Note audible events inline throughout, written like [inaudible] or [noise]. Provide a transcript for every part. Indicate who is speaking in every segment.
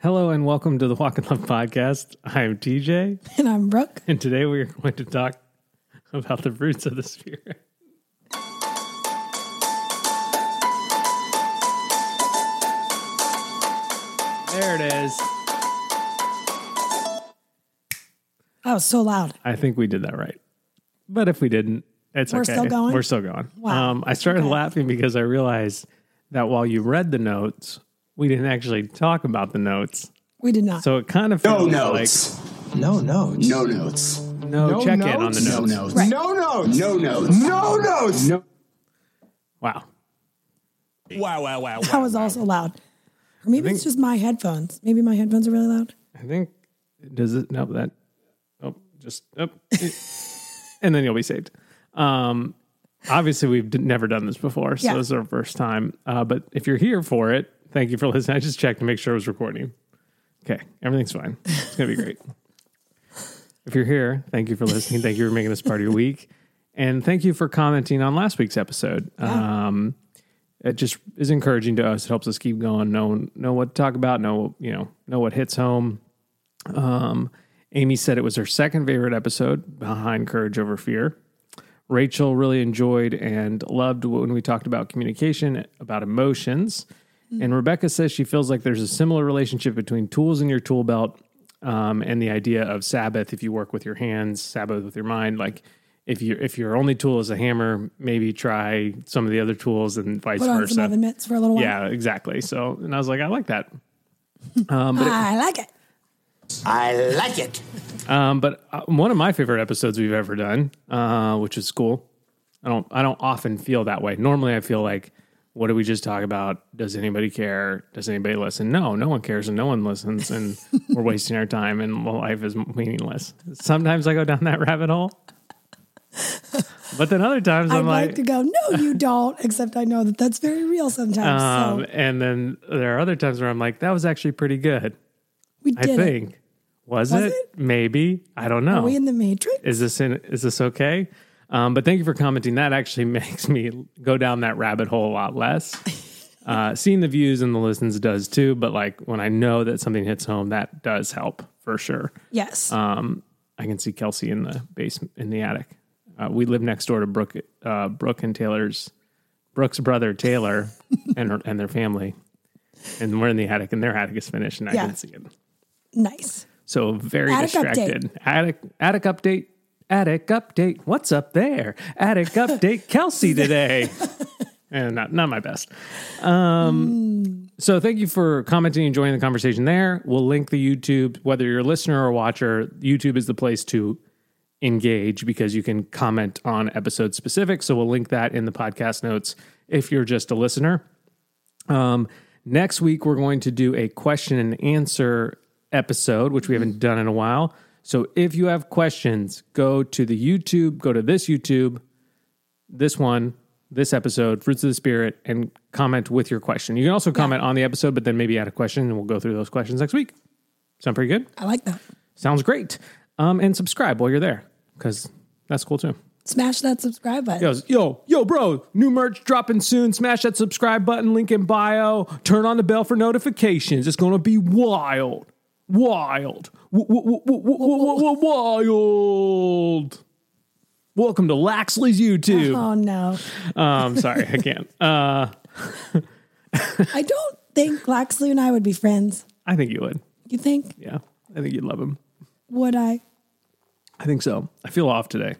Speaker 1: Hello and welcome to the Walk and Love podcast. I'm TJ,
Speaker 2: And I'm Brooke.
Speaker 1: and today we are going to talk about the roots of the spirit. There it is.
Speaker 2: That was so loud.
Speaker 1: I think we did that right. But if we didn't, it's
Speaker 2: We're
Speaker 1: okay.
Speaker 2: still going?
Speaker 1: We're still going.
Speaker 2: Wow.
Speaker 1: Um, I started laughing because I realized that while you read the notes, we didn't actually talk about the notes.
Speaker 2: We did not.
Speaker 1: So it kind of [laughs]
Speaker 3: No
Speaker 1: feels
Speaker 3: notes.
Speaker 4: No notes.
Speaker 3: no notes.
Speaker 1: like no,
Speaker 4: No
Speaker 1: check in on the
Speaker 4: notes?
Speaker 3: No
Speaker 1: notes.
Speaker 3: notes.
Speaker 2: Right.
Speaker 4: No notes.
Speaker 3: No notes.
Speaker 4: No notes.
Speaker 3: No.
Speaker 1: Wow.
Speaker 3: Wow, wow, wow.
Speaker 2: that was also loud. Or maybe it's just my headphones. Maybe my headphones are really loud.
Speaker 1: I think does it no that oh just oh, [laughs] and then you'll be saved. Um obviously we've d- never done this before, so
Speaker 2: Yeah.
Speaker 1: this is our first time. Uh but if you're here for it, thank you for listening. I just checked to make sure it was recording. Okay, everything's fine. It's gonna be great. if you're here, thank you for listening. Thank you for making this part of your week. And thank you for commenting on last week's episode. Um it just is encouraging to us. It helps us keep going, know know what to talk about, know you know, know what hits home. Um, Amy said it was her second favorite episode behind Courage Over Fear. Rachel really enjoyed and loved when we talked about communication, about emotions. And Rebecca says she feels like there's a similar relationship between tools in your tool belt um, and the idea of Sabbath. If you work with your hands, Sabbath with your mind. Like if you if your only tool is a hammer, maybe try some of the other tools and vice
Speaker 2: Put on some
Speaker 1: versa.
Speaker 2: oven mitts for a little while.
Speaker 1: Yeah, exactly. So, and I was like, I like that.
Speaker 2: I like it.
Speaker 3: I like it.
Speaker 1: Um, but uh, one of my favorite episodes we've ever done, uh, which is cool. I don't I don't often feel that way. Normally, I feel like, what did we just talk about? Does anybody care? Does anybody listen? No, no one cares and no one listens, and
Speaker 2: [laughs]
Speaker 1: we're wasting our time and life is meaningless. Sometimes I go down that rabbit hole, but then other times
Speaker 2: I'd
Speaker 1: I'm
Speaker 2: like,
Speaker 1: like.
Speaker 2: to go,
Speaker 1: [laughs]
Speaker 2: no, you don't, except I know that that's very real sometimes.
Speaker 1: um,
Speaker 2: so
Speaker 1: and then there are other times where I'm like, that was actually pretty good.
Speaker 2: we
Speaker 1: I
Speaker 2: did it.
Speaker 1: think. oh. Was,
Speaker 2: Was
Speaker 1: it? Maybe. I don't know.
Speaker 2: Are we in the Matrix?
Speaker 1: is this in, is this okay? Um, but thank you for commenting. That actually [laughs] makes me go down that rabbit hole a lot less. Uh, seeing the views and the listens does too, but like when I know that something hits home, that does help for sure.
Speaker 2: yes.
Speaker 1: Um, I can see Kelsey in the basement in the attic. Uh, we live next door to Brooke, uh, Brooke and Taylor's Brooke's brother Taylor and her, and their family, and we're in the attic, and their attic is finished, and I
Speaker 2: Yeah.
Speaker 1: can see it.
Speaker 2: nice.
Speaker 1: So very
Speaker 2: Attic
Speaker 1: distracted. Attic attic update. Attic update. What's up there? Attic update. [laughs] Kelsey today. and not not my best. Um, So thank you for commenting and joining the conversation there. We'll link the YouTube. Whether you're a listener or watcher, YouTube is the place to engage because you can comment on episode specific. So we'll link that in the podcast notes if you're just a listener. Um, next week, we're going to do a question and answer episode, which we haven't done in a while. So if you have questions, go to the YouTube, go to this YouTube, this one, this episode, Fruits of the Spirit, and comment with your question. You can also comment on the episode, but then maybe add a question and we'll go through those questions next week. Sound pretty good?
Speaker 2: I like that.
Speaker 1: Sounds great. Um, and subscribe while you're there because that's cool too.
Speaker 2: Smash that subscribe button.
Speaker 1: Goes, yo, yo, bro, new merch dropping soon. Smash that subscribe button, link in bio. Turn on the bell for notifications. It's going to be wild. Wild. W- w- w- w- w- w- Wild. Welcome to Laxley's YouTube.
Speaker 2: Oh, no.
Speaker 1: Um, sorry, I
Speaker 2: [laughs]
Speaker 1: can't. Uh,
Speaker 2: I don't think Laxley and I would be friends.
Speaker 1: I think you would.
Speaker 2: You think?
Speaker 1: Yeah, I think you'd love him.
Speaker 2: Would I?
Speaker 1: I think so. I feel off today.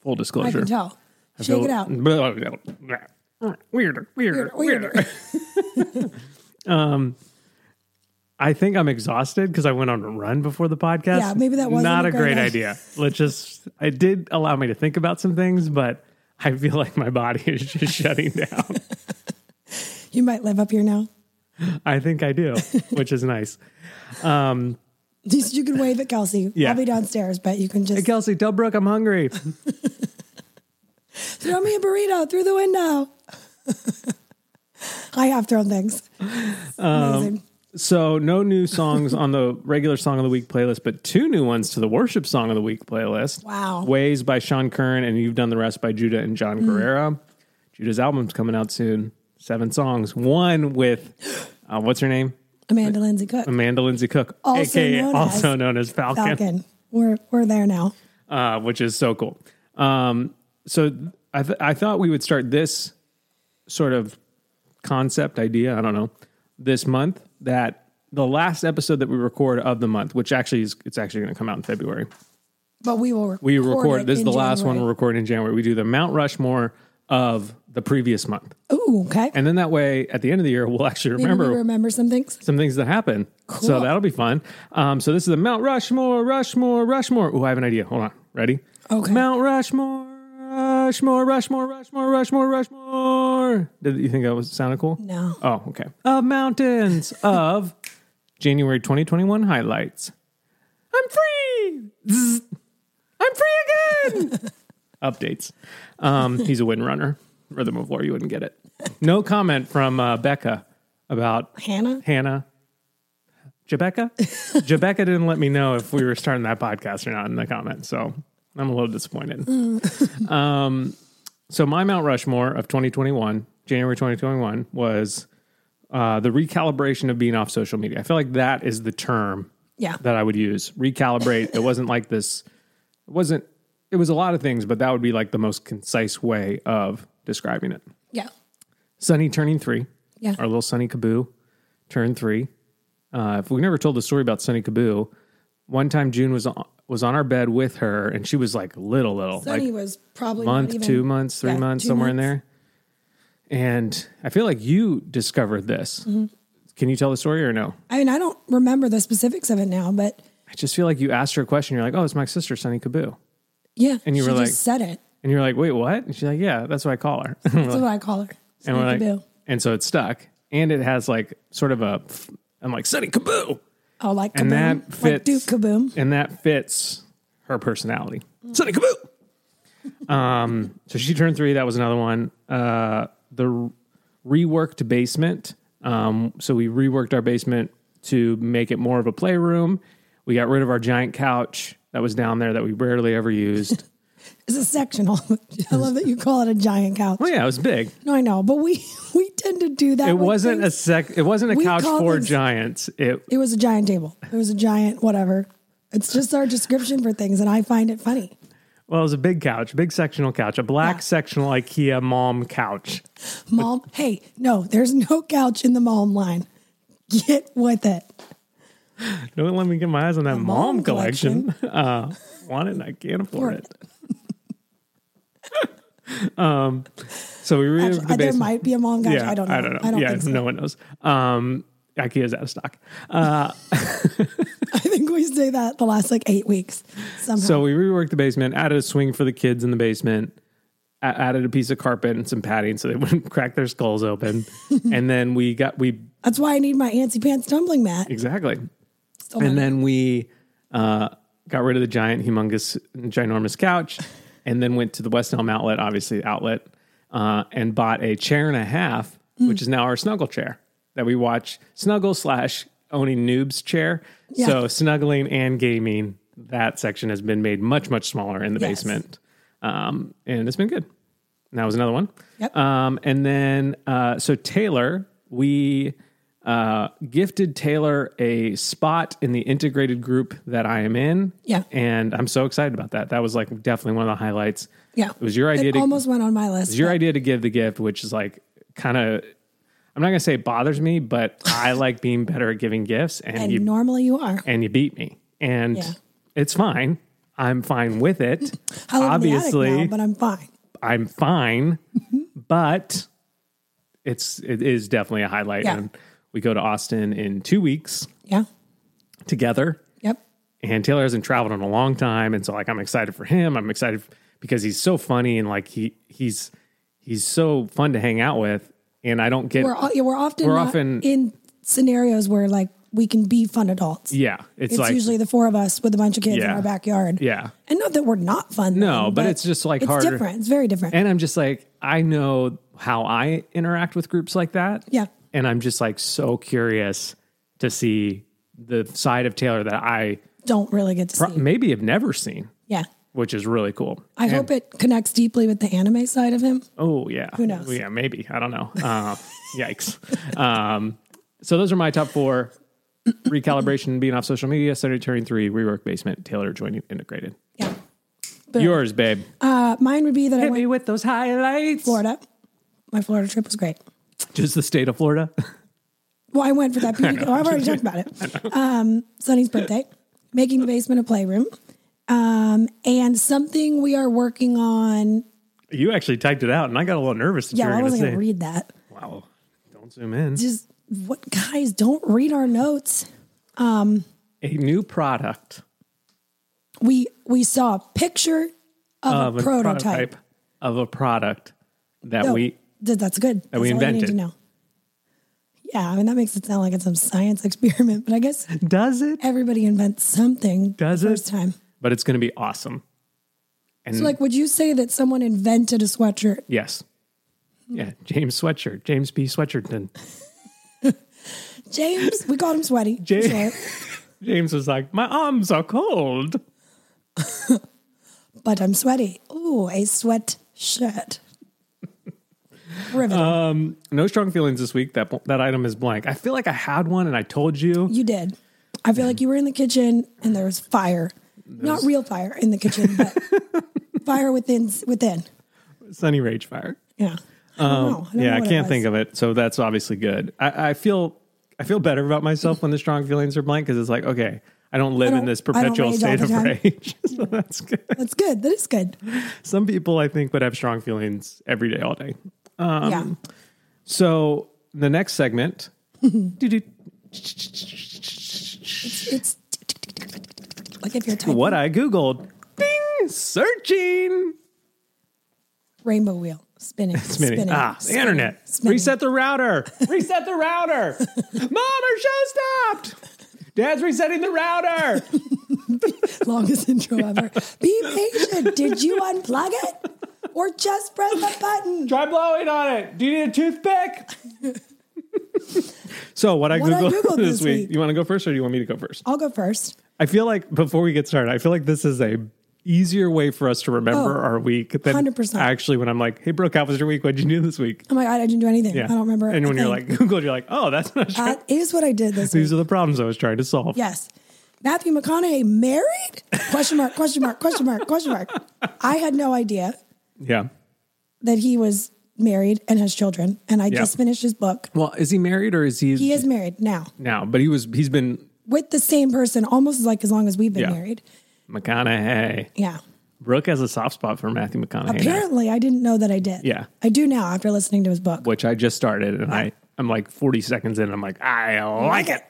Speaker 1: Full
Speaker 2: I
Speaker 1: disclosure.
Speaker 2: can tell. Shake it out.
Speaker 1: out. Weirder, weirder,
Speaker 2: Weirder,
Speaker 1: weirder.
Speaker 2: weirder.
Speaker 1: [laughs] I think I'm exhausted because I went on a run before the podcast.
Speaker 2: Yeah, maybe that wasn't
Speaker 1: not
Speaker 2: a
Speaker 1: a great,
Speaker 2: great
Speaker 1: idea. Let's just. It did allow me to think about some things, but I feel like my body [laughs] is just shutting down.
Speaker 2: You might live up here now.
Speaker 1: I think I do, which is
Speaker 2: [laughs]
Speaker 1: nice.
Speaker 2: Just you can wave at Kelsey.
Speaker 1: Yeah.
Speaker 2: I'll be downstairs, but you can just
Speaker 1: Kelsey, tell Brooke I'm hungry.
Speaker 2: throw me a burrito through the window. [laughs] I have thrown things.
Speaker 1: Um,
Speaker 2: Amazing.
Speaker 1: So no new songs on the regular song of the week playlist, but two new ones to the worship song of the week playlist.
Speaker 2: Wow. Mm.
Speaker 1: Ways by Sean Curran and You've Done the Rest by Judah and John Guerrero. Judah's album's coming out soon. Seven songs. One with [gasps] uh, what's her name?
Speaker 2: Amanda Lindsay Cook.
Speaker 1: Amanda Lindsay Cook,
Speaker 2: Also
Speaker 1: aka
Speaker 2: known
Speaker 1: also
Speaker 2: as
Speaker 1: known as Falcon,
Speaker 2: Falcon. We're we're there now.
Speaker 1: Uh, which is so cool. Um, so I th- I thought we would start this sort of concept idea. I don't know this month that the last episode that we record of the month, which actually is it's actually going to come out in February.
Speaker 2: But we will record.
Speaker 1: We record
Speaker 2: it
Speaker 1: this is
Speaker 2: in
Speaker 1: the last one
Speaker 2: January.
Speaker 1: we're recording in January. We do the Mount Rushmore of the previous month,
Speaker 2: Ooh, okay.
Speaker 1: and then that way at the end of the year we'll actually
Speaker 2: Maybe we
Speaker 1: remember
Speaker 2: remember some things.
Speaker 1: some things that happen. So
Speaker 2: Cool.
Speaker 1: that'll be fun. Um, so this is the Mount Rushmore, Rushmore, Rushmore. Oh, I have an idea. Hold on. Ready?
Speaker 2: Okay.
Speaker 1: Mount Rushmore, Rushmore, Rushmore, Rushmore, Rushmore, Rushmore. Did you think that was sounded cool?
Speaker 2: No.
Speaker 1: Oh, okay. Of mountains of January 2021 highlights. I'm free. Zzz. I'm free again.
Speaker 2: [laughs]
Speaker 1: Updates. Um, he's a win runner. Rhythm of War, you wouldn't get it. No comment from uh, Becca about
Speaker 2: Hannah?
Speaker 1: Hannah. Jebecca? Jebecca didn't let me know if we were starting that podcast or not in the comments. So I'm a little disappointed. um, so my Mount Rushmore of 2021, January 2021, was uh, the recalibration of being off social media. I feel like that is the term
Speaker 2: Yeah.
Speaker 1: that I would use. Recalibrate. it wasn't like this. It wasn't. It was a lot of things, but that would be like the most concise way of describing it.
Speaker 2: Yeah.
Speaker 1: Sunny turning three.
Speaker 2: Yeah.
Speaker 1: Our little Sunny Kaboo turned three. Uh, if we never told the story about Sunny Kaboo, one time June was on, was on our bed with her, and she was like little, little,
Speaker 2: Sunny
Speaker 1: like
Speaker 2: was probably not
Speaker 1: month,
Speaker 2: even-
Speaker 1: two months, three
Speaker 2: yeah,
Speaker 1: months,
Speaker 2: two
Speaker 1: somewhere in
Speaker 2: months.
Speaker 1: there. And I feel like you discovered this.
Speaker 2: Mm-hmm.
Speaker 1: Can you tell the story or no?
Speaker 2: I mean, I don't remember the specifics of it now, but
Speaker 1: I just feel like you asked her a question. You're like, "Oh, it's my sister, Sunny Kaboo,"
Speaker 2: yeah.
Speaker 1: And you
Speaker 2: she
Speaker 1: were
Speaker 2: just
Speaker 1: like- [laughs]
Speaker 2: said it.
Speaker 1: and you're like, "Wait, what?" And she's like, "Yeah, that's what I call her." [laughs] and
Speaker 2: That's what I call her. Sunny
Speaker 1: we're like,
Speaker 2: Kaboo.
Speaker 1: and so it stuck, and it has like sort of a, I'm like Sunny Kaboo.
Speaker 2: Oh, like
Speaker 1: and
Speaker 2: kaboom.
Speaker 1: that fits
Speaker 2: like Duke Kaboom.
Speaker 1: and that fits her personality. Sunny Kaboo. [laughs] um, so she turned three. That was another one. Uh, the r- reworked basement. Um, so we reworked our basement to make it more of a playroom. We got rid of our giant couch that was down there that we rarely ever
Speaker 2: [laughs]
Speaker 1: used.
Speaker 2: It's a sectional. [laughs] I love that you call it a giant couch.
Speaker 1: oh yeah, it was big.
Speaker 2: No, I know, but we [laughs] we tend to do that.
Speaker 1: It
Speaker 2: with
Speaker 1: wasn't a
Speaker 2: things.
Speaker 1: sec. It wasn't a
Speaker 2: We
Speaker 1: couch
Speaker 2: call
Speaker 1: for
Speaker 2: these-
Speaker 1: giants. It
Speaker 2: It was a giant table. It was a giant whatever. It's just our description for things, and I find it funny.
Speaker 1: well, it was a big couch, big sectional couch, a black
Speaker 2: Yeah.
Speaker 1: sectional IKEA mom couch. [laughs]
Speaker 2: Mom, hey, no, there's no couch in the mom line. Get with it.
Speaker 1: Don't let me get my eyes on that mom,
Speaker 2: mom
Speaker 1: collection. [laughs] Uh, want it? and I
Speaker 2: [laughs]
Speaker 1: can't afford it. [laughs] um, so we removed
Speaker 2: Actually,
Speaker 1: the
Speaker 2: Uh, there
Speaker 1: basement.
Speaker 2: might be a mom couch.
Speaker 1: yeah,
Speaker 2: I don't know.
Speaker 1: I don't know. yeah,
Speaker 2: think so.
Speaker 1: no one knows. Um, IKEA's out of stock.
Speaker 2: [laughs]
Speaker 1: Uh,
Speaker 2: I think we say that the last like eight weeks. Somehow.
Speaker 1: So we reworked the basement, added a swing for the kids in the basement, a- added a piece of carpet and some padding so they [laughs] wouldn't crack their skulls
Speaker 2: [laughs]
Speaker 1: open, and then we got we
Speaker 2: That's why I need my antsy pants tumbling mat.
Speaker 1: exactly
Speaker 2: Still
Speaker 1: and
Speaker 2: not-
Speaker 1: then we uh, got rid of the giant, humongous, ginormous
Speaker 2: [laughs]
Speaker 1: couch, and then went to the West Elm outlet, obviously outlet, uh, and bought a chair and a half,
Speaker 2: Hmm.
Speaker 1: which is now our snuggle chair that we watch snuggle slash owning noobs chair.
Speaker 2: Yeah.
Speaker 1: So snuggling and gaming, that section has been made much much smaller in the
Speaker 2: Yes.
Speaker 1: basement, um, and it's been good. And that was another one.
Speaker 2: Yep.
Speaker 1: Um, and then uh, so Taylor, we uh, gifted Taylor a spot in the integrated group that I am in.
Speaker 2: Yeah.
Speaker 1: and I'm so excited about that. That was like definitely one of the highlights.
Speaker 2: yeah,
Speaker 1: it was your idea.
Speaker 2: It
Speaker 1: to,
Speaker 2: almost went on my
Speaker 1: it
Speaker 2: list.
Speaker 1: was your idea to give the gift, which is like kind of. I'm not gonna say it bothers me, but
Speaker 2: [laughs]
Speaker 1: I like being better at giving gifts, and,
Speaker 2: and
Speaker 1: you
Speaker 2: normally you are.
Speaker 1: and you beat me, and
Speaker 2: Yeah.
Speaker 1: it's fine. I'm fine with
Speaker 2: [laughs]
Speaker 1: it.
Speaker 2: I live
Speaker 1: obviously,
Speaker 2: in the attic now, but I'm fine.
Speaker 1: I'm fine, but it's it is definitely a highlight.
Speaker 2: Yeah.
Speaker 1: And we go to Austin in two weeks
Speaker 2: Yeah.
Speaker 1: together,
Speaker 2: Yep.
Speaker 1: and Taylor hasn't traveled in a long time, and so like I'm excited for him. I'm excited because he's so funny and like he he's he's so fun to hang out with, and I don't get
Speaker 2: We're o- yeah, we're often
Speaker 1: We're
Speaker 2: not
Speaker 1: often-
Speaker 2: in scenarios where like we can be fun adults.
Speaker 1: yeah. It's,
Speaker 2: It's
Speaker 1: like
Speaker 2: usually the four of us with a bunch of kids in
Speaker 1: Yeah.
Speaker 2: our backyard.
Speaker 1: yeah,
Speaker 2: And not that we're not fun.
Speaker 1: No,
Speaker 2: then,
Speaker 1: but it's just, like,
Speaker 2: it's
Speaker 1: harder.
Speaker 2: different. It's very different.
Speaker 1: and I'm just like I know how I interact with groups like that.
Speaker 2: Yeah.
Speaker 1: and I'm just like so curious to see the side of Taylor that I
Speaker 2: Don't really get to see.
Speaker 1: maybe have never seen,
Speaker 2: yeah.
Speaker 1: which is really cool.
Speaker 2: I hope it connects deeply with the anime side of him.
Speaker 1: Oh yeah, who [laughs]
Speaker 2: knows?
Speaker 1: Yeah, maybe I don't know. Uh, yikes. Um, so those are my top four. Recalibration, being off social media, Saturday turning three, rework basement, Taylor joining integrated.
Speaker 2: Yeah. Boom.
Speaker 1: Yours, babe.
Speaker 2: Uh, mine would be that I
Speaker 1: Hit
Speaker 2: went
Speaker 1: me
Speaker 2: to
Speaker 1: with those highlights.
Speaker 2: Florida. My Florida trip was great.
Speaker 1: Just the state of Florida.
Speaker 2: Well, I went for
Speaker 1: [laughs]
Speaker 2: that beauty. oh, I've already talked about it. Um, Sunny's birthday, making the basement a playroom, um, and something we are working on.
Speaker 1: you actually typed it out, and I got a little nervous that
Speaker 2: Yeah,
Speaker 1: you were
Speaker 2: I
Speaker 1: going to
Speaker 2: wasn't
Speaker 1: say,
Speaker 2: gonna read that.
Speaker 1: wow, don't zoom in.
Speaker 2: Just what guys don't read our notes.
Speaker 1: A new product
Speaker 2: We we saw a picture of,
Speaker 1: of
Speaker 2: a
Speaker 1: a
Speaker 2: prototype.
Speaker 1: of a product that
Speaker 2: No,
Speaker 1: we,
Speaker 2: th- that's good. That's
Speaker 1: we
Speaker 2: all you need to
Speaker 1: invented.
Speaker 2: know. Yeah, I mean that makes it sound like it's some science [laughs] experiment, but I guess
Speaker 1: does it?
Speaker 2: everybody invents something
Speaker 1: Does
Speaker 2: the
Speaker 1: it?
Speaker 2: first time.
Speaker 1: But it's going to be awesome. And
Speaker 2: So, like, would you say that someone invented a sweatshirt?
Speaker 1: yes.
Speaker 2: Hmm.
Speaker 1: Yeah, James Sweatshirt, James P. Sweatshirtton.
Speaker 2: James, we called him Sweaty.
Speaker 1: James.
Speaker 2: Sure.
Speaker 1: James was like, my arms are cold.
Speaker 2: but I'm sweaty. Ooh, a sweat
Speaker 1: [laughs]
Speaker 2: shirt. Riveting.
Speaker 1: No strong feelings this week. That that item is blank. I feel like I had one, and I told you.
Speaker 2: you did. I feel like you were in the kitchen and there was fire. Not real fire in the kitchen, but
Speaker 1: [laughs]
Speaker 2: fire within within.
Speaker 1: Sunny Rage Fire.
Speaker 2: Yeah. I don't know. I don't
Speaker 1: Um, yeah,
Speaker 2: know
Speaker 1: I
Speaker 2: what it
Speaker 1: can't
Speaker 2: was.
Speaker 1: think of it. So that's obviously good. I, I feel I feel better about myself when the strong feelings are blank because it's like, okay, I don't live in
Speaker 2: don't-
Speaker 1: this
Speaker 2: I don't
Speaker 1: perpetual
Speaker 2: rage all
Speaker 1: state
Speaker 2: the
Speaker 1: of
Speaker 2: time.
Speaker 1: rage. [laughs] so that's good.
Speaker 2: That's good. That is good.
Speaker 1: Some people I think would have strong feelings every day, all day. Um,
Speaker 2: yeah.
Speaker 1: So the next
Speaker 2: [laughs]
Speaker 1: segment. Doo-doo.
Speaker 2: It's like if you're typing
Speaker 1: what I Googled. Ding! Searching.
Speaker 2: rainbow wheel spinning,
Speaker 1: [laughs] Spinning.
Speaker 2: spinning,
Speaker 1: ah, the
Speaker 2: spinning,
Speaker 1: internet.
Speaker 2: spinning.
Speaker 1: Reset the router. Reset the router. Mom, our show stopped. Dad's resetting the router.
Speaker 2: [laughs] longest intro ever. Be patient. Did you unplug it or just press the button?
Speaker 1: Try blowing on it. Do you need a toothpick? so what I
Speaker 2: What I
Speaker 1: googled, [laughs]
Speaker 2: Googled
Speaker 1: this,
Speaker 2: this
Speaker 1: week.
Speaker 2: week.
Speaker 1: You want to go first, or do you want me to go first?
Speaker 2: I'll go first.
Speaker 1: I feel like before we get started, I feel like this is a easier way for us to remember
Speaker 2: Oh,
Speaker 1: our week than
Speaker 2: 100%.
Speaker 1: actually when I'm like, "Hey, Brooke, how was your week? What'd you do this week?"
Speaker 2: Oh my god, I didn't do anything.
Speaker 1: Yeah,
Speaker 2: I don't remember. Uh,
Speaker 1: And
Speaker 2: a
Speaker 1: when you're
Speaker 2: thing.
Speaker 1: like [laughs] Googled, you're like, "Oh, that's not true.
Speaker 2: that is what I did this
Speaker 1: [laughs]
Speaker 2: week.
Speaker 1: These are the problems I was trying to solve."
Speaker 2: Yes, Matthew McConaughey married? Question mark? Question mark? Question mark? Question mark? I had no idea
Speaker 1: Yeah.
Speaker 2: that he was married and has children, and I just finished his book.
Speaker 1: Well, is he married or is he,
Speaker 2: He is married now
Speaker 1: now? But he was. He's been
Speaker 2: with the same person almost like as long as we've been
Speaker 1: Yeah.
Speaker 2: married.
Speaker 1: McConaughey.
Speaker 2: Yeah.
Speaker 1: Brooke has a soft spot for Matthew McConaughey. now.
Speaker 2: Apparently, I didn't know that I did.
Speaker 1: Yeah.
Speaker 2: I do now after listening to his book.
Speaker 1: which I just started, and I I'm like 40 seconds in. and I'm like, I like it.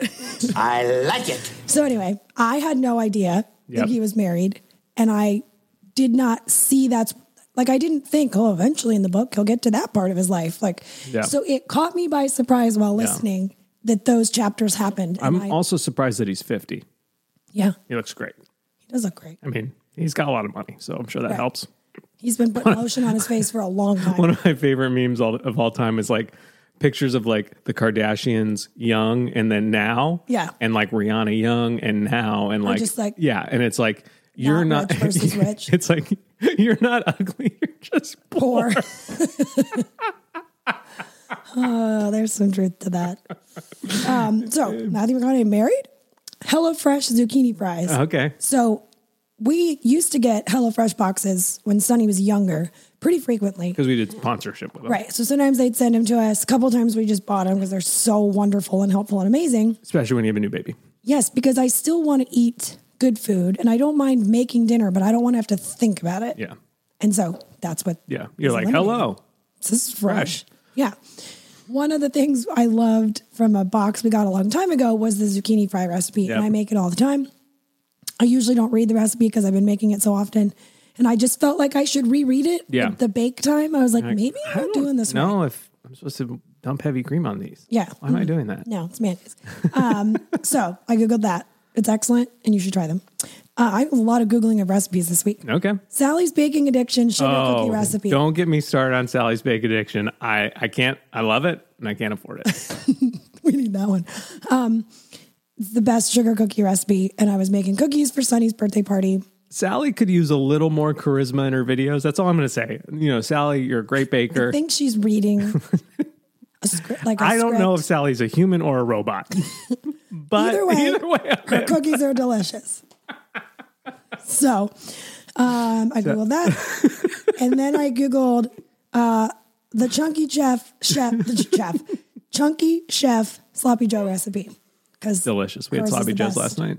Speaker 3: I like it.
Speaker 2: So anyway, I had no idea
Speaker 1: Yep.
Speaker 2: that he was married, and I did not see that's like I didn't think, oh, eventually in the book he'll get to that part of his life. Like,
Speaker 1: Yeah.
Speaker 2: so it caught me by surprise while listening that those chapters happened. And
Speaker 1: I'm
Speaker 2: [laughs] I-
Speaker 1: also surprised that he's 50.
Speaker 2: yeah,
Speaker 1: He looks great.
Speaker 2: he does look great.
Speaker 1: I mean, he's got a lot of money, so I'm sure that helps.
Speaker 2: He's been putting lotion on his face for a long time.
Speaker 1: One of my favorite memes all, of all time is like pictures of like the Kardashians young and then now,
Speaker 2: Yeah.
Speaker 1: and like Rihanna young and now, and like,
Speaker 2: just like,
Speaker 1: yeah, and it's like you're
Speaker 2: not
Speaker 1: not, [laughs]
Speaker 2: rich versus rich.
Speaker 1: It's like you're not ugly. [laughs] You're just poor.
Speaker 2: [laughs] Poor.
Speaker 1: [laughs]
Speaker 2: oh, there's some truth to that. Um, so Matthew McConaughey married. HelloFresh zucchini fries.
Speaker 1: Okay.
Speaker 2: So we used to get HelloFresh boxes when Sonny was younger pretty frequently.
Speaker 1: Because we did sponsorship with him,
Speaker 2: Right. So sometimes they'd send them to us. A couple times we just bought them because they're so wonderful and helpful and amazing.
Speaker 1: especially when you have a new baby.
Speaker 2: Yes, because I still want to eat good food and I don't mind making dinner, but I don't want to have to think about it.
Speaker 1: Yeah,
Speaker 2: And so that's what
Speaker 1: yeah. You're
Speaker 2: is
Speaker 1: like,
Speaker 2: eliminated.
Speaker 1: hello.
Speaker 2: This is fresh.
Speaker 1: Fresh.
Speaker 2: Yeah. One of the things I loved from a box we got a long time ago was the zucchini fry recipe,
Speaker 1: Yep.
Speaker 2: and I make it all the time. I usually don't read the recipe because I've been making it so often, and I just felt like I should reread it.
Speaker 1: Yeah.
Speaker 2: At the bake time, I was like, maybe I'm not doing this. right.
Speaker 1: No, if I'm supposed to dump heavy cream on these.
Speaker 2: Yeah.
Speaker 1: Why am I doing that?
Speaker 2: No, it's mayonnaise. Um, [laughs] so I googled that. It's excellent, and you should try them. Uh, I have a lot of googling of recipes this week.
Speaker 1: Okay.
Speaker 2: Sally's baking addiction sugar cookie recipe.
Speaker 1: Don't get me started on Sally's Bake Addiction. I, I can't, I love it and I can't afford
Speaker 2: [laughs]
Speaker 1: it.
Speaker 2: we need that one. Um, it's the best sugar cookie recipe, and I was making cookies for Sunny's birthday party.
Speaker 1: Sally could use a little more charisma in her videos. That's all I'm going to say. You know, Sally, you're a great baker.
Speaker 2: I think she's
Speaker 1: [laughs]
Speaker 2: reading a script. Like I
Speaker 1: I don't know if
Speaker 2: script. [laughs]
Speaker 1: Sally's a human or a robot, But
Speaker 2: Either way,
Speaker 1: either way
Speaker 2: [laughs] her cookies are delicious. So um, I Googled that. and then I Googled uh, the Chunky Chef, Chef, the Chef, Chunky Chef Sloppy Joe recipe. Because
Speaker 1: delicious. We had
Speaker 2: Hers is
Speaker 1: sloppy
Speaker 2: the
Speaker 1: joes
Speaker 2: best.
Speaker 1: last night.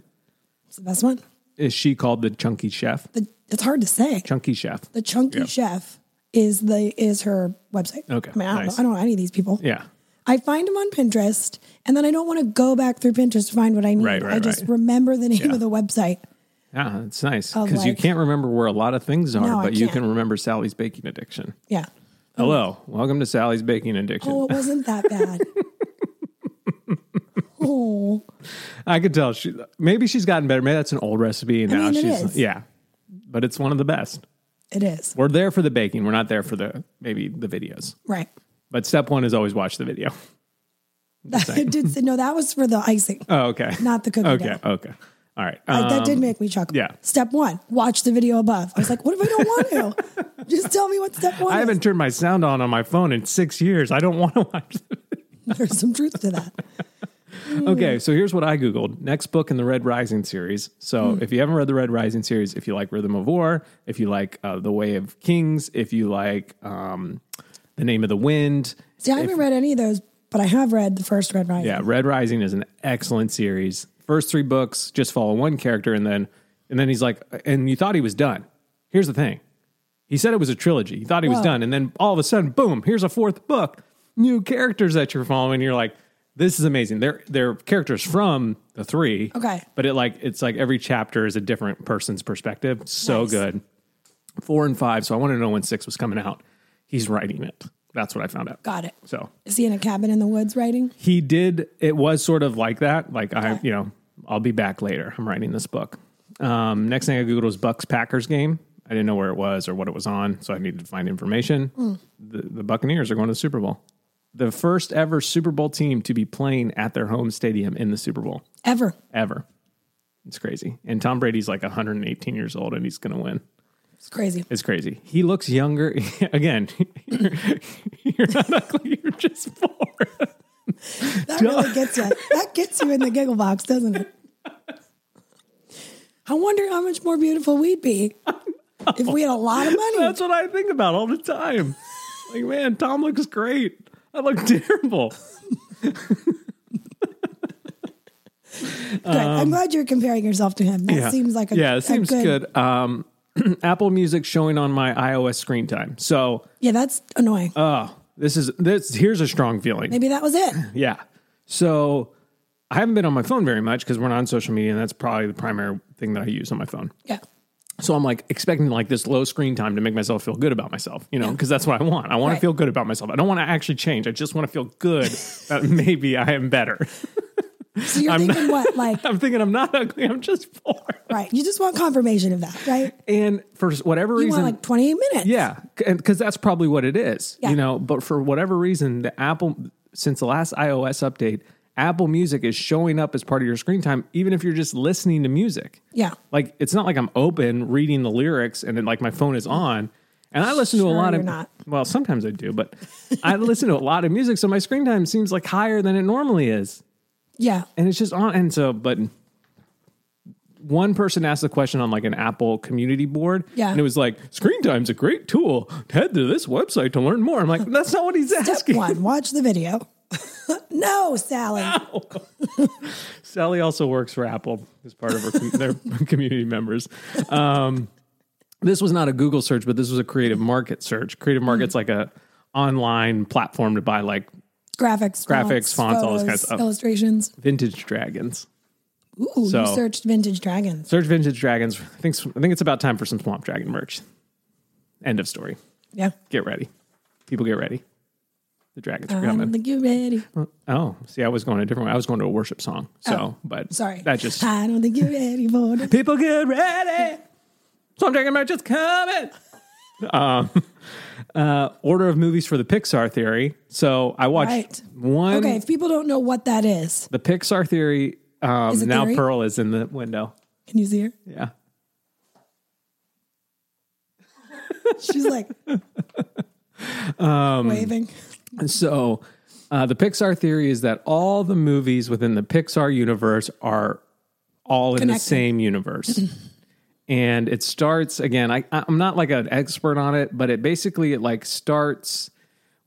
Speaker 2: it's the best one.
Speaker 1: Is she called the chunky chef?
Speaker 2: The, it's hard to say.
Speaker 1: Chunky chef.
Speaker 2: The Chunky
Speaker 1: Yeah.
Speaker 2: Chef is the is her website.
Speaker 1: Okay,
Speaker 2: I mean, I don't,
Speaker 1: nice.
Speaker 2: know, I don't know any of these people.
Speaker 1: Yeah.
Speaker 2: I find them on Pinterest, and then I don't want to go back through Pinterest to find what I need.
Speaker 1: Right, right,
Speaker 2: I just
Speaker 1: right.
Speaker 2: remember the name
Speaker 1: Yeah.
Speaker 2: of the website.
Speaker 1: Yeah, it's nice because you
Speaker 2: Oh, like-
Speaker 1: can't remember where a lot of things are,
Speaker 2: No, I
Speaker 1: but you
Speaker 2: can't.
Speaker 1: can remember Sally's baking addiction.
Speaker 2: Yeah.
Speaker 1: Hello, welcome to Sally's baking addiction.
Speaker 2: Oh, it wasn't that
Speaker 1: [laughs]
Speaker 2: bad. oh,
Speaker 1: I could tell she maybe she's gotten better. Maybe that's an old recipe, and now
Speaker 2: mean, it
Speaker 1: she's
Speaker 2: is.
Speaker 1: yeah, but it's one of the best.
Speaker 2: it is.
Speaker 1: We're there for the baking. We're not there for the maybe the videos. [laughs]
Speaker 2: Right.
Speaker 1: But step one is always watch the video. [laughs]
Speaker 2: I [laughs] did say, no, that was for the icing,
Speaker 1: Oh, okay.
Speaker 2: not the cookie.
Speaker 1: okay.
Speaker 2: dough.
Speaker 1: Okay. All right.
Speaker 2: Like, that
Speaker 1: Um,
Speaker 2: did make me chuckle.
Speaker 1: yeah.
Speaker 2: Step one, watch the video above. I was like, what if I don't want
Speaker 1: [laughs]
Speaker 2: to? Just tell me what step one
Speaker 1: I
Speaker 2: is.
Speaker 1: haven't turned my sound on on my phone in six years. I don't [laughs] want to watch. That.
Speaker 2: [laughs] There's some truth to that.
Speaker 1: Okay, so here's what I googled: next book in the Red Rising series. So if you haven't read the Red Rising series, if you like Rhythm of War, if you like uh, The Way of Kings, if you like um, The Name of the Wind,
Speaker 2: See, I haven't read any of those, but I have read the first Red Rising.
Speaker 1: Yeah, Red Rising is an excellent series. First three books just follow one character, and then and then he's like, and you thought he was done. Here's the thing, he said it was a trilogy. He thought he was
Speaker 2: Whoa.
Speaker 1: done, and then all of a sudden, boom! Here's a fourth book, new characters that you're following. You're like, this is amazing. They're they're characters from the three.
Speaker 2: Okay.
Speaker 1: but it like it's like every chapter is a different person's perspective. So
Speaker 2: Nice.
Speaker 1: good. Four and five. So I wanted to know when six was coming out. He's writing it. That's what I found out.
Speaker 2: Got it.
Speaker 1: So
Speaker 2: Is he in a cabin in the woods writing?
Speaker 1: he did it was sort of like that like i you know i'll be back later i'm writing this book um, next thing i googled was bucks packers game i didn't know where it was or what it was on so i needed to find information the, the buccaneers are going to the super bowl the first ever super bowl team to be playing at their home stadium in the super bowl
Speaker 2: Ever.
Speaker 1: ever it's crazy and tom brady's like 118 years old and he's going to win
Speaker 2: It's crazy.
Speaker 1: it's crazy he looks younger [laughs] again you're, you're not ugly you're just [laughs] bored
Speaker 2: That really gets you. That gets you in the giggle box, doesn't it? I wonder how much more beautiful
Speaker 1: [laughs]
Speaker 2: we'd be if we had a lot of money.
Speaker 1: That's what I think about all the time. Like, man, Tom looks great. I look [laughs] terrible.
Speaker 2: Good. I'm glad you're comparing yourself to him. That seems like a
Speaker 1: um, yeah,
Speaker 2: a
Speaker 1: it seems good. Um, [clears throat] Apple Music showing on my iOS screen time. So,
Speaker 2: Yeah, that's annoying.
Speaker 1: oh, this is this. Here's a strong feeling.
Speaker 2: Maybe that was it.
Speaker 1: Yeah. So, I haven't been on my phone very much because we're not on social media, and that's probably the primary thing that I use on my phone.
Speaker 2: Yeah.
Speaker 1: So I'm like expecting like this low screen time to make myself feel good about myself, you know, because that's what I want. I want to
Speaker 2: Right.
Speaker 1: feel good about myself. I don't want to actually change. I just want to feel
Speaker 2: [laughs]
Speaker 1: good that maybe I am better.
Speaker 2: So you're
Speaker 1: [laughs]
Speaker 2: thinking what? Like,
Speaker 1: I'm thinking I'm not ugly. I'm just poor.
Speaker 2: right. You just want confirmation of that, right?
Speaker 1: And for whatever
Speaker 2: You
Speaker 1: reason,
Speaker 2: want like 28 minutes.
Speaker 1: yeah, because that's probably what it is,
Speaker 2: Yeah.
Speaker 1: you know. But for whatever reason, the Apple since the last iOS update, Apple Music is showing up as part of your screen time, even if you're just listening to music.
Speaker 2: Yeah.
Speaker 1: like it's not like I'm open reading the lyrics and then like my phone is on. And I listen to
Speaker 2: Sure
Speaker 1: a lot of
Speaker 2: you're not.
Speaker 1: well, sometimes I do, but I listen to a lot of music, so my screen time seems like higher than it normally is
Speaker 2: Yeah.
Speaker 1: and it's just on and so but one person asked the question on like an apple community board
Speaker 2: Yeah.
Speaker 1: and it was like screen time's a great tool head to this website to learn more i'm like that's not what he's asking
Speaker 2: One, watch the video. [laughs]
Speaker 1: [laughs]
Speaker 2: no, Sally.
Speaker 1: sally also works for apple as part of her com- their [laughs] community members um, this was not a google search but this was a creative market search creative markets
Speaker 2: Mm-hmm.
Speaker 1: like a online platform to buy like
Speaker 2: Graphics,
Speaker 1: Graphics, fonts, all this
Speaker 2: photos,
Speaker 1: kind of stuff.
Speaker 2: Illustrations.
Speaker 1: vintage dragons
Speaker 2: Ooh,
Speaker 1: So-
Speaker 2: you searched vintage dragons.
Speaker 1: search vintage dragons i think i think it's about time for some swamp dragon merch end of story
Speaker 2: Yeah.
Speaker 1: get ready. People get ready. The dragons are
Speaker 2: I don't
Speaker 1: coming.
Speaker 2: think you're ready.
Speaker 1: Oh, see, I was going a different way. I was going to a worship song. So, but
Speaker 2: Oh, Sorry.
Speaker 1: that
Speaker 2: [laughs]
Speaker 1: just
Speaker 2: I don't think you're ready for
Speaker 1: [laughs]
Speaker 2: it.
Speaker 1: people get ready. So I'm dragon merch is coming. [laughs] Um, uh, order of movies for the Pixar theory. So I watched
Speaker 2: Right.
Speaker 1: one.
Speaker 2: Okay, if people don't know what that is,
Speaker 1: The Pixar theory. Um,
Speaker 2: Is it
Speaker 1: now
Speaker 2: theory?
Speaker 1: Pearl is in the window.
Speaker 2: can you see her?
Speaker 1: Yeah. [laughs] Um,
Speaker 2: She's like waving.
Speaker 1: [laughs] So Uh, the Pixar theory is that all the movies within the Pixar universe are all in the
Speaker 2: Connected.
Speaker 1: same
Speaker 2: [laughs]
Speaker 1: universe. and it starts again. I, I- I'm not like an expert on it, but it basically it like starts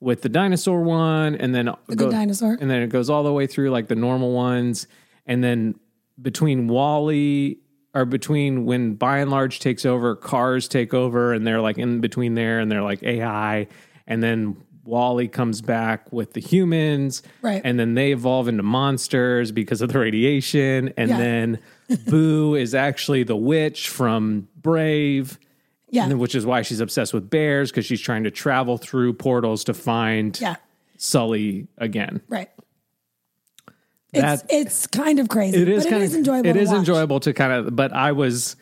Speaker 1: with the dinosaur one, and then the
Speaker 2: good dinosaur.
Speaker 1: and then it goes all the way through like the normal ones, and then between Wally or between when by and large takes over, cars take over, and they're like in between there, and they're like AI, and then Wally comes back with the humans,
Speaker 2: Right.
Speaker 1: And then they evolve into monsters because of the radiation, and
Speaker 2: Yeah.
Speaker 1: then Boo [laughs] is actually the witch from Brave.
Speaker 2: Yeah.
Speaker 1: And then, which is why she's obsessed with bears because she's trying to travel through portals to find
Speaker 2: yeah.
Speaker 1: Sully again.
Speaker 2: Right. It's,
Speaker 1: That-
Speaker 2: it's kind of crazy.
Speaker 1: It is
Speaker 2: but
Speaker 1: kind
Speaker 2: it is
Speaker 1: of
Speaker 2: enjoyable.
Speaker 1: It
Speaker 2: to
Speaker 1: is
Speaker 2: watch.
Speaker 1: enjoyable to kind of, but I was,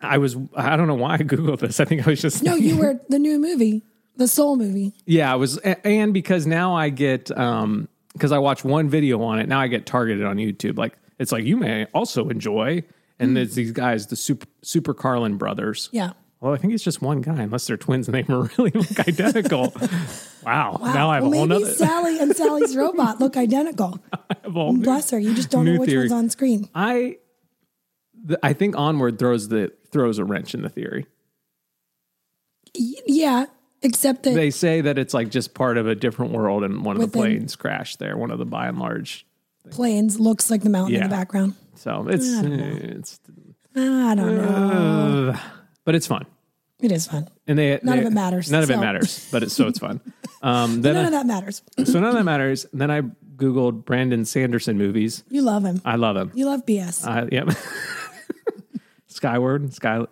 Speaker 1: I was, I don't know why I googled this. I think I was just
Speaker 2: No,
Speaker 1: [laughs]
Speaker 2: you were the new movie, the Soul movie.
Speaker 1: Yeah, I was, a- and because now I get, um, because I watch one video on it, now I get targeted on YouTube. Like it's like you may also enjoy, and there's these guys, the super super Carlin brothers.
Speaker 2: Hmm. Yeah.
Speaker 1: Well, I think it's just one guy, unless they're twins and they [laughs] really look identical.
Speaker 2: [laughs]
Speaker 1: wow. Now I have
Speaker 2: well,
Speaker 1: a whole
Speaker 2: maybe
Speaker 1: nother
Speaker 2: Sally
Speaker 1: [laughs]
Speaker 2: and Sally's robot look identical.
Speaker 1: I have a whole new-
Speaker 2: Bless her. You just don't know
Speaker 1: New
Speaker 2: which
Speaker 1: theory.
Speaker 2: one's on screen.
Speaker 1: I, th- I think onward throws the throws a wrench in the theory.
Speaker 2: Y- yeah, except that
Speaker 1: They say that it's like just part of a different world, and one of the
Speaker 2: Within-
Speaker 1: planes crashed there. One of the by and large.
Speaker 2: planes looks like the mountain
Speaker 1: Yeah.
Speaker 2: in the background.
Speaker 1: So it's it's,
Speaker 2: I don't know.
Speaker 1: uh, but it's fun,
Speaker 2: It is fun.
Speaker 1: and they
Speaker 2: None of
Speaker 1: they-
Speaker 2: it matters,
Speaker 1: None of it
Speaker 2: so.
Speaker 1: matters, but it's so it's
Speaker 2: [laughs]
Speaker 1: fun. Um, then
Speaker 2: None
Speaker 1: I-
Speaker 2: of that matters. [clears throat]
Speaker 1: so none of that matters. Then I googled Brandon Sanderson movies.
Speaker 2: You love him.
Speaker 1: I love him.
Speaker 2: You love BS.
Speaker 1: Uh, yep. [laughs] Skyward, Sky,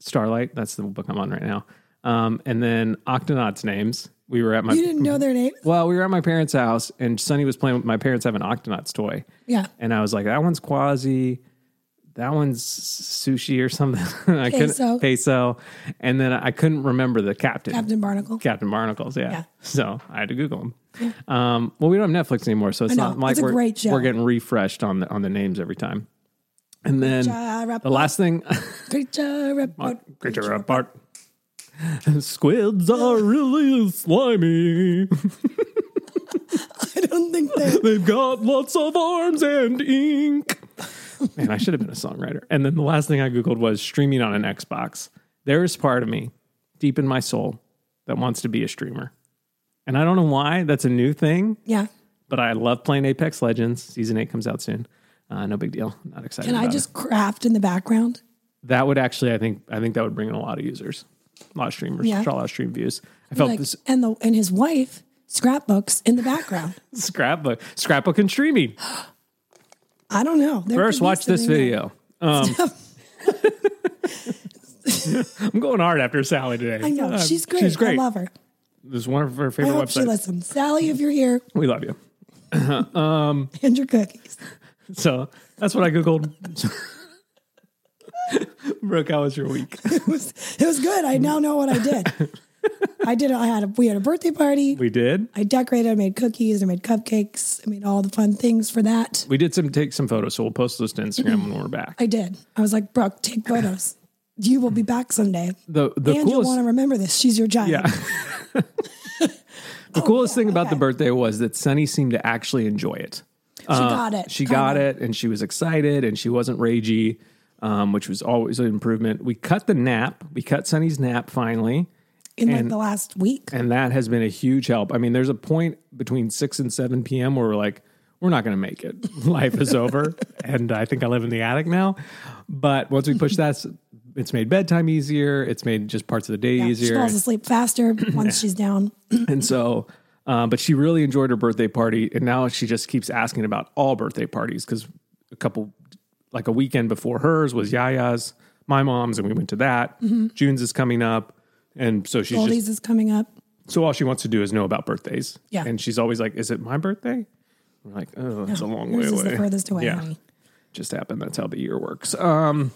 Speaker 1: Starlight. That's the book I'm on right now. Um, and then Octonauts names. We were at my
Speaker 2: you didn't know
Speaker 1: [laughs]
Speaker 2: their name.
Speaker 1: well, we were at my parents' house, and Sonny was playing. with My parents have an Octonauts toy,
Speaker 2: Yeah.
Speaker 1: and I was like, "That one's Quasi, that one's sushi or something." [laughs] I
Speaker 2: Peso.
Speaker 1: couldn't peso, and then I couldn't remember the captain.
Speaker 2: Captain Barnacle.
Speaker 1: Captain Barnacles, yeah.
Speaker 2: Yeah.
Speaker 1: So I had to Google them. Um, well, we don't have Netflix anymore, so it's
Speaker 2: know.
Speaker 1: not like
Speaker 2: It's a
Speaker 1: we're
Speaker 2: great show.
Speaker 1: we're getting refreshed on the on the names every time. And then
Speaker 2: job, Rapport.
Speaker 1: the last thing, [laughs]
Speaker 2: Creature report.
Speaker 1: creature apart. [laughs] Squids are really slimy.
Speaker 2: I don't think
Speaker 1: [laughs]
Speaker 2: they.
Speaker 1: They've got lots of arms and ink. Man, I should have been a songwriter. And then the last thing I Googled was streaming on an Xbox. There is part of me, deep in my soul, that wants to be a streamer. And I don't know why that's a new thing,
Speaker 2: Yeah.
Speaker 1: but I love playing Apex Legends. Season 8 comes out soon. Uh, no big deal. I'm not excited.
Speaker 2: Can I
Speaker 1: about
Speaker 2: just craft in the background?
Speaker 1: it. That would actually, I think, I think that would bring in a lot of users, a lot of streamers,
Speaker 2: Yeah.
Speaker 1: a lot of stream views. I felt
Speaker 2: Like,
Speaker 1: Oh, this
Speaker 2: and the and his wife scrapbooks in the background.
Speaker 1: scrapbook, scrapbook and streaming.
Speaker 2: I don't know. There
Speaker 1: First,
Speaker 2: could be
Speaker 1: watch this
Speaker 2: something there.
Speaker 1: video. Um, [laughs] I'm going hard after Sally today.
Speaker 2: I know
Speaker 1: Uh,
Speaker 2: she's great.
Speaker 1: She's great.
Speaker 2: I love her.
Speaker 1: this is one of her
Speaker 2: I
Speaker 1: favorite
Speaker 2: hope she
Speaker 1: websites.
Speaker 2: listens. Sally, if you're here,
Speaker 1: we love you.
Speaker 2: and your cookies. [laughs]
Speaker 1: So that's what I googled. Brooke, how was your week?
Speaker 2: It was it was good. I now know what I did. I did. I had a, we had a birthday party.
Speaker 1: We did.
Speaker 2: I decorated. I made cookies. I made cupcakes. I made all the fun things for that.
Speaker 1: We did some take some photos, so we'll post those to Instagram when we're back.
Speaker 2: I did. I was like, Brooke, take photos. You will be back someday.
Speaker 1: The the
Speaker 2: and you'll
Speaker 1: coolest
Speaker 2: want to remember this. She's your giant.
Speaker 1: yeah. the coolest thing about the
Speaker 2: Oh, okay.
Speaker 1: birthday was that Sunny seemed to actually enjoy it.
Speaker 2: She got it.
Speaker 1: Uh,
Speaker 2: Um,
Speaker 1: She
Speaker 2: Kinda.
Speaker 1: got it and she was excited and she wasn't ragey, um, which was always an improvement. We cut the nap. We cut Sunny's nap finally.
Speaker 2: in like the last week.
Speaker 1: And that has been a huge help. I mean, there's a point between 6 and 7 p.m. where we're like, we're not going to make it. [laughs] Life is
Speaker 2: [laughs]
Speaker 1: over. And I think I live in the attic now. But once we push that, it's made bedtime easier. It's made just parts of the day
Speaker 2: Yeah, She
Speaker 1: easier.
Speaker 2: falls
Speaker 1: [clears throat]
Speaker 2: asleep faster once she's down.
Speaker 1: [laughs] And so, uh, but she really enjoyed her birthday party, and now she just keeps asking about all birthday parties because a couple, like a weekend before hers was Yaya's, my mom's, and we went to that. June's is coming up, and so she's
Speaker 2: Goldie's is coming up.
Speaker 1: just so all she wants to do is know about birthdays.
Speaker 2: Yeah.
Speaker 1: and she's always like, "Is it my birthday?" We're like, "Oh, it's a long way
Speaker 2: This
Speaker 1: away."
Speaker 2: is the furthest away.
Speaker 1: Yeah.
Speaker 2: honey.
Speaker 1: Just happened. That's how the year works. Um,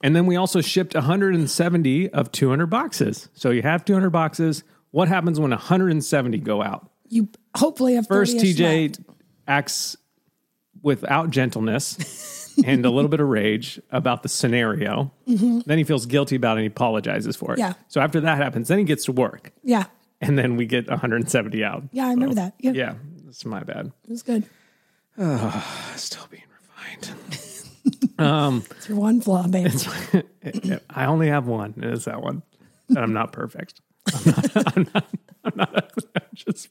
Speaker 1: [laughs] and then we also shipped 170 of 200 boxes. So you have 200 boxes. What happens when 170 go out?
Speaker 2: You hopefully have
Speaker 1: First,
Speaker 2: 30-ish
Speaker 1: TJ
Speaker 2: left.
Speaker 1: acts without gentleness [laughs] and a little bit of rage about the scenario. Then he feels guilty about it and he apologizes for it.
Speaker 2: Mm-hmm. Yeah.
Speaker 1: So after that happens, then he gets to work.
Speaker 2: Yeah.
Speaker 1: [laughs] and then we get 170 out.
Speaker 2: Yeah, I remember that. Yeah,
Speaker 1: Yeah, it's my bad.
Speaker 2: it was good.
Speaker 1: Still being refined.
Speaker 2: It's your one flaw, babe.
Speaker 1: I only have one, and it's that one. And I'm not [laughs] perfect. I'm not, [laughs] I'm not, I'm not just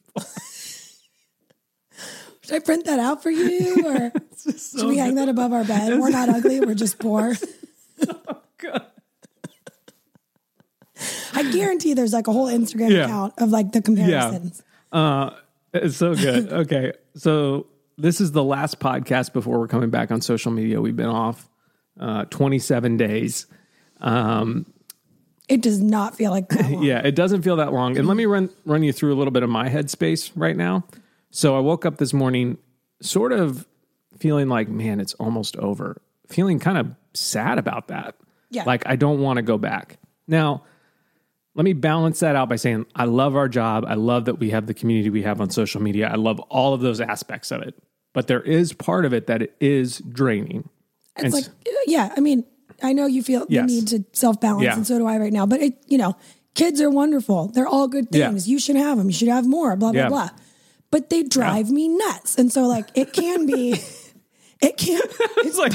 Speaker 2: Should I print that out for you,
Speaker 1: [laughs]
Speaker 2: or should we hang that above our bed? We're not ugly. We're
Speaker 1: [laughs]
Speaker 2: just poor.
Speaker 1: good.
Speaker 2: I guarantee there's like a whole Instagram
Speaker 1: Yeah.
Speaker 2: account of like the comparisons.
Speaker 1: It's so good. Okay. So this is the last podcast before we're coming back on social media. We've been off uh, 27 days.
Speaker 2: It does not
Speaker 1: [laughs]
Speaker 2: feel like that. Long.
Speaker 1: Yeah, it doesn't feel that long. And let me run run you through a little bit of my headspace right now. So I woke up this morning sort of feeling like, man, it's almost over. Feeling kind of sad about that.
Speaker 2: Yeah.
Speaker 1: Like I don't want to go back. Now, let me balance that out by saying I love our job. I love that we have the community we have on social media. I love all of those aspects of it. But there is part of it that it is draining.
Speaker 2: It's like, yeah, I mean, I know you feel
Speaker 1: Yes.
Speaker 2: you need to self balance,
Speaker 1: Yeah.
Speaker 2: and so do I right now. But it, you know, kids are wonderful. They're all good
Speaker 1: Yeah.
Speaker 2: things. You should have them. You should have more. Blah blah
Speaker 1: Yeah.
Speaker 2: blah. But they drive me nuts, and so like it can be,
Speaker 1: [laughs]
Speaker 2: [laughs] it can.
Speaker 1: it's like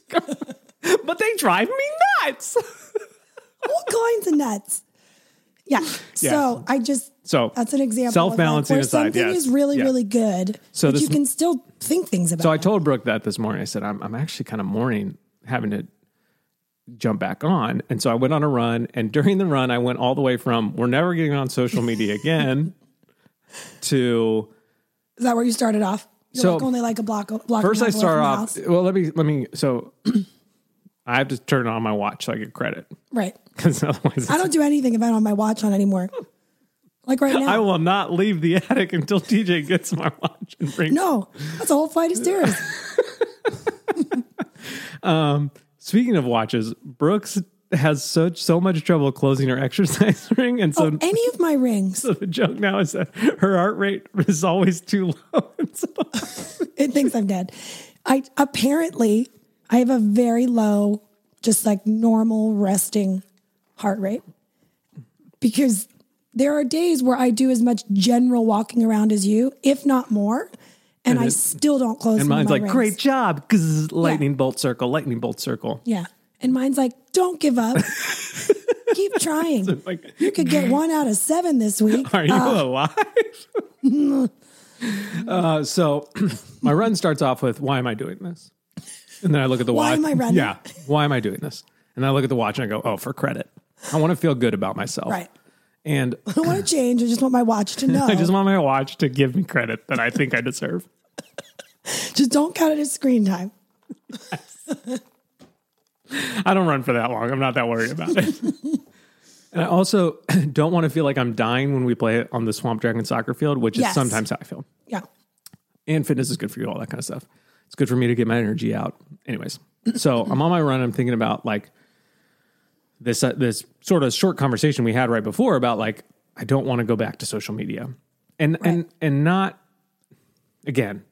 Speaker 1: [laughs] but they drive me nuts.
Speaker 2: all kinds of nuts. Yeah. So I just
Speaker 1: So
Speaker 2: that's an example. of, like,
Speaker 1: Self-balancing
Speaker 2: where
Speaker 1: aside,
Speaker 2: something
Speaker 1: yes.
Speaker 2: is really
Speaker 1: Yeah.
Speaker 2: really good,
Speaker 1: So
Speaker 2: but
Speaker 1: this-
Speaker 2: you can still think things about.
Speaker 1: So I
Speaker 2: it.
Speaker 1: told Brooke that this morning. I said, I'm, I'm actually kind of mourning having to jump back on. And so I went on a run. And during the run, I went all the way from we're never getting on social media again [laughs] to
Speaker 2: Is that where you started off? You're
Speaker 1: So-
Speaker 2: like only like a block. a block
Speaker 1: first I
Speaker 2: and a half away
Speaker 1: start
Speaker 2: from the
Speaker 1: off.
Speaker 2: house.
Speaker 1: Well, let me, let me, so [clears throat] I have to turn on my watch so I get credit [laughs]
Speaker 2: right.
Speaker 1: because otherwise
Speaker 2: I don't do anything if I don't have my watch on anymore. Like right now,
Speaker 1: Hmm. [laughs] I will not leave the attic until TJ gets my watch and brings
Speaker 2: no, that's a whole flight of
Speaker 1: [laughs]
Speaker 2: stairs.
Speaker 1: Speaking of watches, Brooks has such so much trouble closing her exercise [laughs] ring, and so
Speaker 2: oh, any of my rings,
Speaker 1: so [laughs] the joke now is that her heart rate is always too low. [laughs] And so-
Speaker 2: it thinks I'm dead. I apparently I have a very low, just like normal resting heart rate because there are days where I do as much general walking around as you, if not more, and, I
Speaker 1: it-
Speaker 2: still don't close.
Speaker 1: and
Speaker 2: my
Speaker 1: mine's like,
Speaker 2: rings.
Speaker 1: "Great job!" Because lightning bolt circle, lightning bolt circle.
Speaker 2: yeah, and mine's like, don't give up, keep trying.
Speaker 1: [laughs] Like,
Speaker 2: You could get one out of seven this week.
Speaker 1: [laughs]
Speaker 2: Uh,
Speaker 1: are you alive? [laughs]
Speaker 2: [laughs]
Speaker 1: uh, so [clears throat] my run starts off with, "Why am I doing this?" And then I look at the
Speaker 2: Why
Speaker 1: watch.
Speaker 2: am I running?
Speaker 1: Yeah, why am I doing this? And I look at the watch and I go, "Oh, for credit." I want to feel good about myself.
Speaker 2: Right.
Speaker 1: And
Speaker 2: [laughs] I don't want to change. I just want my watch to know.
Speaker 1: [laughs] I just
Speaker 2: just,
Speaker 1: want my watch to give me credit that I think I deserve.
Speaker 2: don't count it as screen time.
Speaker 1: [laughs] I don't run for that long. I'm not that worried about it. [laughs] and I also [clears throat] don't want to feel like I'm dying when we play it on the Swamp Dragon soccer field, which is
Speaker 2: Yes.
Speaker 1: sometimes how I feel.
Speaker 2: Yeah.
Speaker 1: And fitness is good for you, all that kind of stuff. It's good for me to get my energy out. Anyways, so I'm on my run. I'm thinking about like this uh, this sort of short conversation we had right before about like I don't want to go back to social media, and and and not again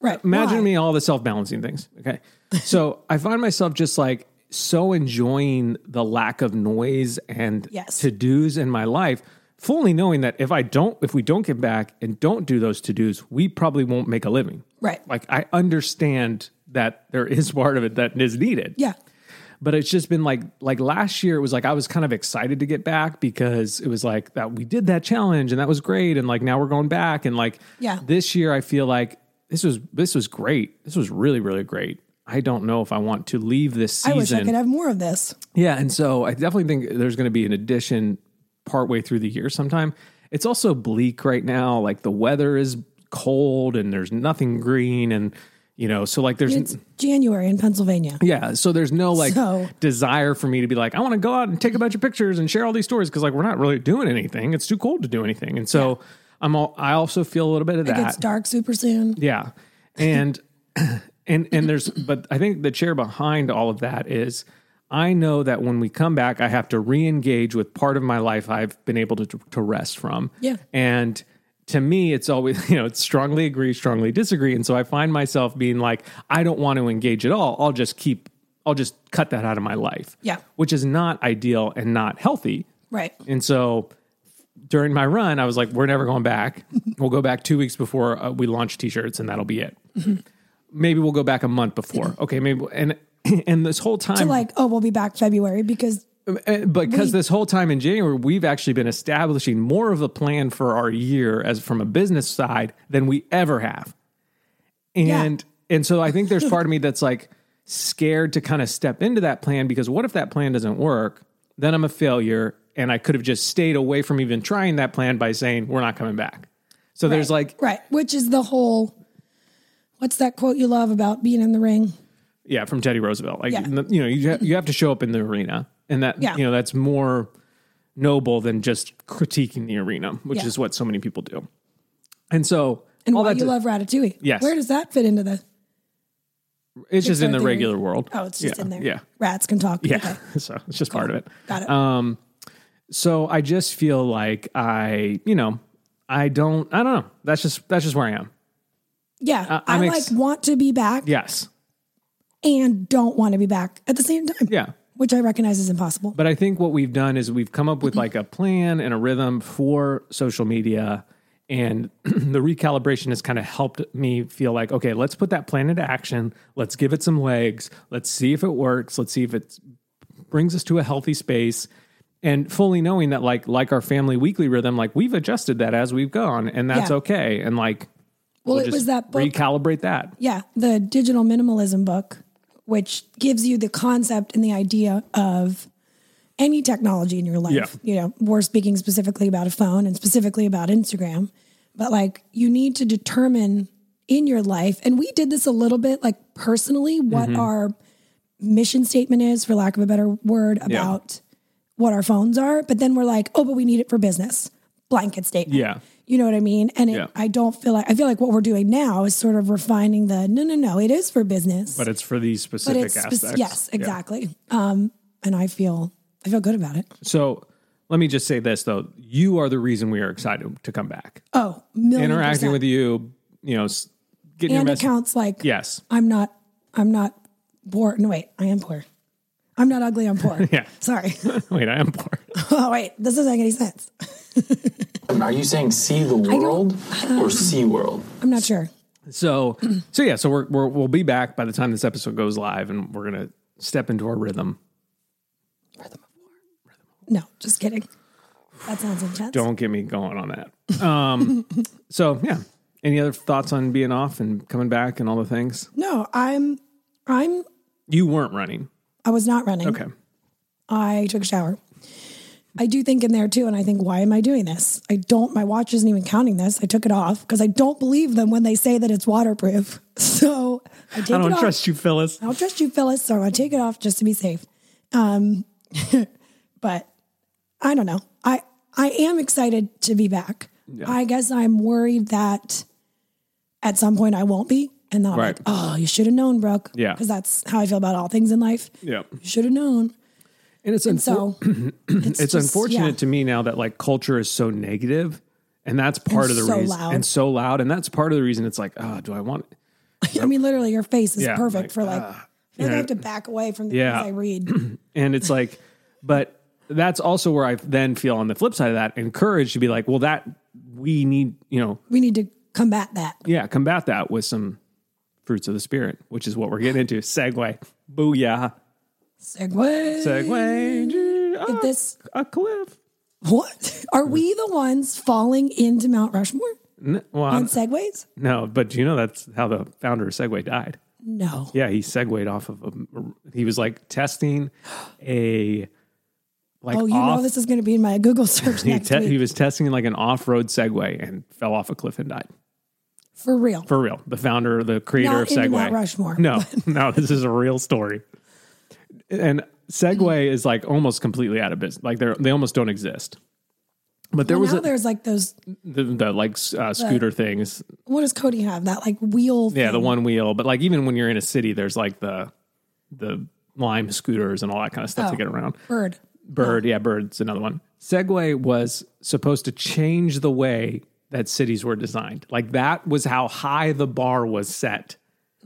Speaker 2: Right.
Speaker 1: imagine
Speaker 2: Why?
Speaker 1: me all the self-balancing things okay so [laughs] i find myself just like so enjoying the lack of noise and
Speaker 2: Yes.
Speaker 1: to-dos in my life fully knowing that if i don't if we don't get back and don't do those to-dos we probably won't make a living
Speaker 2: Right.
Speaker 1: like i understand that there is [laughs] part of it that is needed
Speaker 2: Yeah.
Speaker 1: but it's just been like like last year it was like i was kind of excited to get back because it was like that we did that challenge and that was great and like now we're going back and like
Speaker 2: Yeah.
Speaker 1: this year i feel like this was this was great this was really really great i don't know if i want to leave this season
Speaker 2: I
Speaker 1: Mm.
Speaker 2: wish I could have more of this.
Speaker 1: yeah, and so I definitely think there's going to be an addition partway through the year sometime. It's also bleak right now. Like the weather is cold and there's nothing green and you know, so like there's
Speaker 2: It's January in Pennsylvania.
Speaker 1: yeah, so there's no like
Speaker 2: So-
Speaker 1: desire for me to be like I want to go out and take a bunch of pictures and share all these stories because like we're not really doing anything. It's too cold to do anything. And so I'm all, I also feel a little bit of
Speaker 2: It gets
Speaker 1: that.
Speaker 2: dark super soon.
Speaker 1: Yeah. And [clears throat] and and there's but I think the chair behind all of that is I know that when we come back I have to re-engage with part of my life I've been able to to rest from.
Speaker 2: Yeah.
Speaker 1: And to me it's always [laughs] you know it's strongly agree strongly disagree and so I find myself being like I don't want to engage at all. I'll just keep I'll just cut that out of my life.
Speaker 2: Yeah.
Speaker 1: Which is not ideal and not healthy.
Speaker 2: Right.
Speaker 1: And so during my run, I was like, we're never going back. We'll go back two weeks before uh, we launch T-shirts, and that'll be it. maybe we'll go back a month before. Okay, maybe we'll- and [clears throat] and this whole time,
Speaker 2: to like, oh, we'll be back February because
Speaker 1: but because this whole time in January, we've actually been establishing more of a plan for our year as from a business side than we ever have. And and so I think there's part of me that's like scared to kind of step into that plan because what if that plan doesn't work? Then I'm a failure and I could have just stayed away from even trying that plan by saying we're not coming back. So there's like
Speaker 2: right, which is the whole. What's that quote you love about being in the ring?
Speaker 1: yeah, from Teddy Roosevelt. Like
Speaker 2: Yeah.
Speaker 1: you know, you ha- you have to show up in the arena, and that
Speaker 2: Yeah.
Speaker 1: you know that's more noble than just critiquing the arena, which
Speaker 2: Yeah.
Speaker 1: is what so many people do. And so
Speaker 2: And
Speaker 1: all
Speaker 2: why
Speaker 1: that
Speaker 2: you
Speaker 1: to-
Speaker 2: love Ratatouille?
Speaker 1: Yes.
Speaker 2: Where does that fit into the?
Speaker 1: it's just in
Speaker 2: Pixar
Speaker 1: the
Speaker 2: theory?
Speaker 1: regular world.
Speaker 2: Oh, it's just
Speaker 1: Yeah,
Speaker 2: in there.
Speaker 1: Yeah,
Speaker 2: Rats can talk.
Speaker 1: yeah. Uh, [laughs]
Speaker 2: Okay.
Speaker 1: so it's just part of it.
Speaker 2: Got it.
Speaker 1: So I just feel like I, you know, I don't. I don't know. That's just that's just where I am.
Speaker 2: yeah. I
Speaker 1: uh, I'm
Speaker 2: like
Speaker 1: ex-
Speaker 2: want to be back
Speaker 1: Yes.
Speaker 2: and don't want to be back at the same time.
Speaker 1: Yeah.
Speaker 2: Which I recognize is impossible.
Speaker 1: But I think what we've done is we've come up with like a plan and a rhythm for social media. And [clears throat] the recalibration has kind of helped me feel like, okay, let's put that plan into action. Let's give it some legs. Let's see if it works. Let's see if it brings us to a healthy space. And fully knowing that, like, like our family weekly rhythm, like we've adjusted that as we've gone, and that's
Speaker 2: Yeah.
Speaker 1: okay. And like,
Speaker 2: Well,
Speaker 1: we'll
Speaker 2: it
Speaker 1: just
Speaker 2: was that book.
Speaker 1: recalibrate that.
Speaker 2: Yeah, the digital minimalism book, which gives you the concept and the idea of any technology in your life.
Speaker 1: Yeah.
Speaker 2: You know, we're speaking specifically about a phone and specifically about Instagram, but like you need to determine in your life, and we did this a little bit like personally, what
Speaker 1: Mm-hmm.
Speaker 2: our mission statement is, for lack of a better word, about what our phones are. But then we're like, oh, but we need it for business. Blanket statement.
Speaker 1: Yeah.
Speaker 2: You know what I mean? And it,
Speaker 1: Yeah.
Speaker 2: I don't feel like I feel like what we're doing now is sort of refining the no, no, no. It is for business,
Speaker 1: But it's for these
Speaker 2: but
Speaker 1: specific
Speaker 2: spec-
Speaker 1: aspects.
Speaker 2: yes,
Speaker 1: Yeah.
Speaker 2: exactly. Um, and I feel I feel good about it.
Speaker 1: So let me just say this though: you are the reason we are excited to come back.
Speaker 2: Oh, million
Speaker 1: Interacting
Speaker 2: percent.
Speaker 1: with you, you know, s- getting your
Speaker 2: and
Speaker 1: message.
Speaker 2: accounts like
Speaker 1: Yes, [laughs]
Speaker 2: I'm not I'm not poor. No, wait, I am poor. I'm not ugly. I'm poor.
Speaker 1: [laughs] Yeah.
Speaker 2: Sorry. [laughs]
Speaker 1: wait, I am poor.
Speaker 2: oh wait, this doesn't make any sense.
Speaker 4: Are you saying see the world or sea world?
Speaker 2: I'm not sure.
Speaker 1: So, so yeah, so we're, we're we'll be back by the time this episode goes live, and we're gonna step into our rhythm.
Speaker 2: No, just kidding. That sounds intense.
Speaker 1: Don't get me going on that. Um, [laughs] so yeah, any other thoughts on being off and coming back and all the things?
Speaker 2: No, I'm I'm
Speaker 1: You weren't running.
Speaker 2: I was not running.
Speaker 1: Okay.
Speaker 2: I took a shower. I do think in there too, and I think, why am I doing this? I don't, my watch isn't even counting this. I took it off because I don't believe them when they say that it's waterproof. [laughs] So I take
Speaker 1: I
Speaker 2: it
Speaker 1: don't
Speaker 2: off.
Speaker 1: trust you, Phyllis.
Speaker 2: I don't trust you, Phyllis, so I'm going to take it off just to be safe. Um, [laughs] but I don't know. I, I am excited to be back. I guess I'm worried that at some point I won't be. And then I'm
Speaker 1: Right.
Speaker 2: like, oh, you should have known, Brooke.
Speaker 1: Yeah.
Speaker 2: Because that's how I feel about all things in life.
Speaker 1: Yeah,
Speaker 2: You should have known.
Speaker 1: and it's unfor-
Speaker 2: So it's,
Speaker 1: it's
Speaker 2: just-
Speaker 1: unfortunate
Speaker 2: yeah.
Speaker 1: to me now that like culture is so negative and that's part of the
Speaker 2: so
Speaker 1: reason
Speaker 2: loud.
Speaker 1: and so loud and that's part of the reason it's like oh do i want
Speaker 2: I mean, literally, your face is
Speaker 1: Yeah,
Speaker 2: perfect
Speaker 1: like,
Speaker 2: for like. I feel like I
Speaker 1: yeah.
Speaker 2: have to back away from the
Speaker 1: Yeah.
Speaker 2: things I read.
Speaker 1: and it's like [laughs] but that's also where i then feel on the flip side of that encouraged to be like well that we need you know
Speaker 2: We need to combat that.
Speaker 1: yeah combat that with some fruits of the spirit which is what we're getting into segue booyah
Speaker 2: Segway.
Speaker 1: segue Ah,
Speaker 2: This
Speaker 1: a cliff
Speaker 2: what? Are we the ones falling into Mount Rushmore
Speaker 1: N- well
Speaker 2: on
Speaker 1: I'm-
Speaker 2: segways?
Speaker 1: no but you know that's how the founder of segway died
Speaker 2: No.
Speaker 1: Yeah, he segued off of. A, he was like testing a like
Speaker 2: Oh, you
Speaker 1: off.
Speaker 2: know this is going to be in my
Speaker 1: [laughs]
Speaker 2: Google search
Speaker 1: he,
Speaker 2: next
Speaker 1: te- he
Speaker 2: week
Speaker 1: was testing like an off-road Segway and fell off a cliff and died.
Speaker 2: for real.
Speaker 1: For real, the founder, the creator
Speaker 2: Not
Speaker 1: of
Speaker 2: into
Speaker 1: Segway.
Speaker 2: Mount Rushmore.
Speaker 1: No,
Speaker 2: [laughs]
Speaker 1: no, this is a real story. And
Speaker 2: [clears throat]
Speaker 1: Segway is like almost completely out of business. Like they're they almost don't exist. But there
Speaker 2: Well,
Speaker 1: was
Speaker 2: now
Speaker 1: a,
Speaker 2: there's like those.
Speaker 1: the, the like s- uh, scooter things.
Speaker 2: What does Cody have? That like wheel.
Speaker 1: Yeah, the
Speaker 2: thing.
Speaker 1: one wheel. But like even when you're in a city, there's like the the lime scooters and all that kind of stuff to
Speaker 2: Oh.
Speaker 1: get around.
Speaker 2: bird.
Speaker 1: Bird, yeah, Bird's another one. Segway was supposed to change the way that cities were designed. Like that was how high the bar was set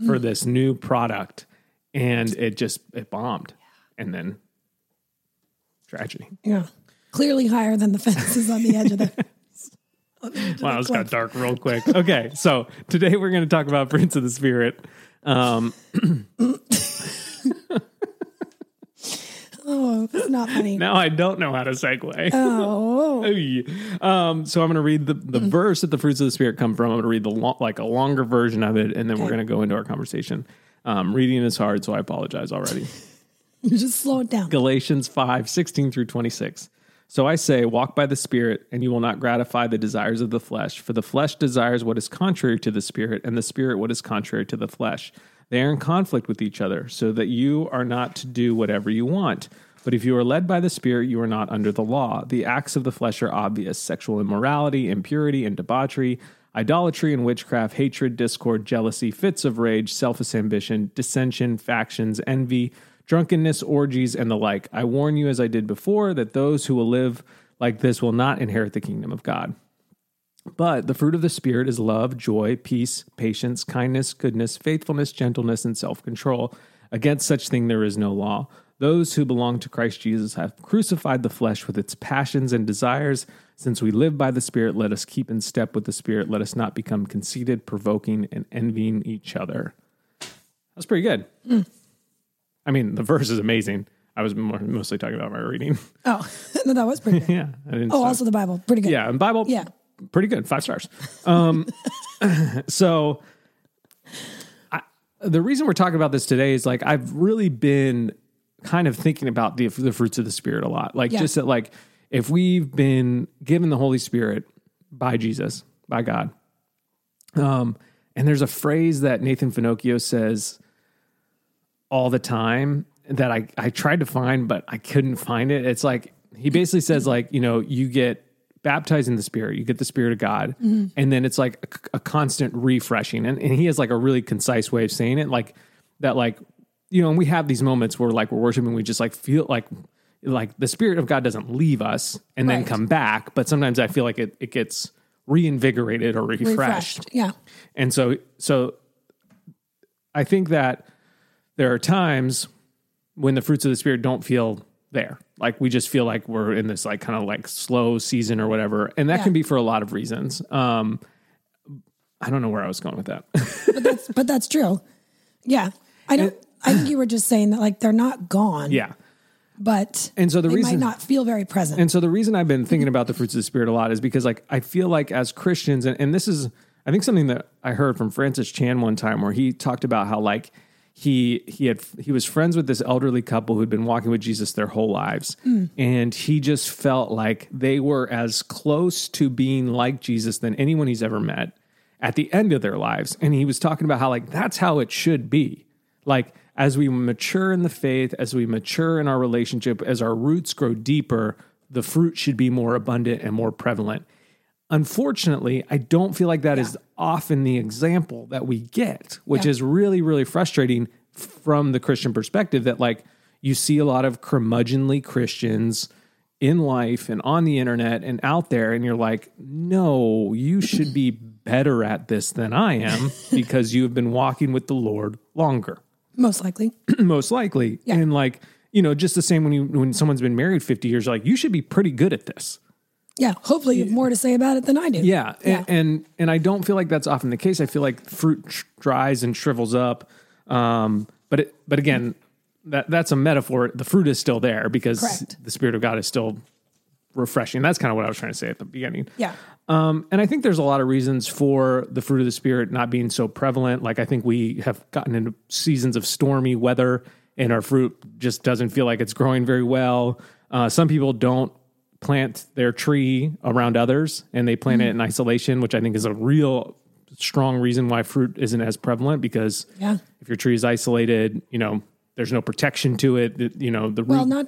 Speaker 1: for this new product, and it just it bombed, and then tragedy.
Speaker 2: Yeah. clearly higher than the [laughs] fences on the edge of the.
Speaker 1: [laughs] Wow, this got dark real quick. Okay, so today we're going to talk about Prince of the Spirit. Um,
Speaker 2: Oh, it's not funny.
Speaker 1: now I don't know how to segue.
Speaker 2: Oh, [laughs]
Speaker 1: Hey. Um, so I'm going to read the, the verse that the fruits of the spirit come from. I'm going to read the lo- like a longer version of it, and then we're
Speaker 2: Okay.
Speaker 1: going to go into our conversation. Um, reading is hard, so I apologize already.
Speaker 2: you just slow it down.
Speaker 1: Galatians 5 16 through 26. So I say, walk by the Spirit, and you will not gratify the desires of the flesh. For the flesh desires what is contrary to the Spirit, and the Spirit what is contrary to the flesh. They are in conflict with each other, so that you are not to do whatever you want. But if you are led by the Spirit, you are not under the law. The acts of the flesh are obvious sexual immorality, impurity, and debauchery, idolatry and witchcraft, hatred, discord, jealousy, fits of rage, selfish ambition, dissension, factions, envy drunkenness, orgies, and the like. I warn you, as I did before, that those who will live like this will not inherit the kingdom of God. But the fruit of the Spirit is love, joy, peace, patience, kindness, goodness, faithfulness, gentleness, and self control. Against such thing there is no law. Those who belong to Christ Jesus have crucified the flesh with its passions and desires. Since we live by the Spirit, let us keep in step with the Spirit. Let us not become conceited, provoking, and envying each other. That's pretty good. I mean, the verse is amazing. I was more, mostly talking about my reading. [laughs]
Speaker 2: Oh, [laughs] no, that was pretty good.
Speaker 1: yeah. I didn't
Speaker 2: Oh,
Speaker 1: stop.
Speaker 2: also the Bible, pretty good.
Speaker 1: Yeah, and Bible.
Speaker 2: Yeah.
Speaker 1: pretty good. Five stars. Um, [laughs] so I, the reason we're talking about this today is like I've really been kind of thinking about the the fruits of the spirit a lot. Like
Speaker 2: Yeah.
Speaker 1: just that, like if we've been given the Holy Spirit by Jesus, by God. Um, and there's a phrase that Nathan Finocchio says all the time that I, I tried to find, but I couldn't find it. It's like he basically says, like, you know, you get baptized in the spirit, you get the spirit of God, and then it's like a, a constant refreshing. And, and he has like a really concise way of saying it, like that, like, you know, and we have these moments where like we're worshiping, we just like feel like like the spirit of God doesn't leave us and then
Speaker 2: Right.
Speaker 1: come back, but sometimes I feel like it, it gets reinvigorated or refreshed.
Speaker 2: refreshed. Yeah,
Speaker 1: And so so I think that there are times when the fruits of the spirit don't feel there. Like we just feel like we're in this like kind of like slow season or whatever. And that
Speaker 2: Yeah.
Speaker 1: can be for a lot of reasons. Um I don't know where I was going with that. [laughs]
Speaker 2: but that's but that's true. Yeah, I don't. I think you were just saying that like they're not gone.
Speaker 1: yeah.
Speaker 2: but
Speaker 1: And so the
Speaker 2: they
Speaker 1: reason-
Speaker 2: might not feel very
Speaker 1: [laughs]
Speaker 2: present.
Speaker 1: And so the reason I've been thinking about the fruits of the spirit a lot is because like I feel like as Christians, and, and this is I think something that I heard from Francis Chan one time where he talked about how like he he had he was friends with this elderly couple who'd been walking with Jesus their whole lives. And he just felt like they were as close to being like Jesus than anyone he's ever met at the end of their lives. And he was talking about how like that's how it should be like as we mature in the faith as we mature in our relationship as our roots grow deeper the fruit should be more abundant and more prevalent unfortunately i don't feel like that is often the example that we get which
Speaker 2: Yeah.
Speaker 1: is really really frustrating from the christian perspective that like you see a lot of curmudgeonly christians in life and on the internet and out there and you're like no you should be better at this than i
Speaker 2: [laughs]
Speaker 1: am because you have been walking with the lord longer [clears throat]
Speaker 2: most likely,
Speaker 1: most likely.
Speaker 2: Yeah.
Speaker 1: And like, you know, just the same when you when someone's been married 50 years, like you should be pretty good at this.
Speaker 2: yeah. Hopefully, you have more to say about it than I do.
Speaker 1: Yeah.
Speaker 2: Yeah.
Speaker 1: And, and and I don't feel like that's often the case. I feel like fruit sh- dries and shrivels up. Um but it, but again, that that's a metaphor. The fruit is still there because
Speaker 2: Correct.
Speaker 1: the spirit of God is still refreshing. That's kind of what I was trying to say at the beginning.
Speaker 2: yeah.
Speaker 1: Um, and I think there's a lot of reasons for the fruit of the spirit not being so prevalent. Like I think we have gotten into seasons of stormy weather, and our fruit just doesn't feel like it's growing very well. Uh, some people don't plant their tree around others, and they plant it in
Speaker 2: Mm-hmm.
Speaker 1: isolation, which I think is a real strong reason why fruit isn't as prevalent. Because
Speaker 2: Yeah.
Speaker 1: if your tree is isolated, you know there's no protection to it. it- You know the root.
Speaker 2: Well, not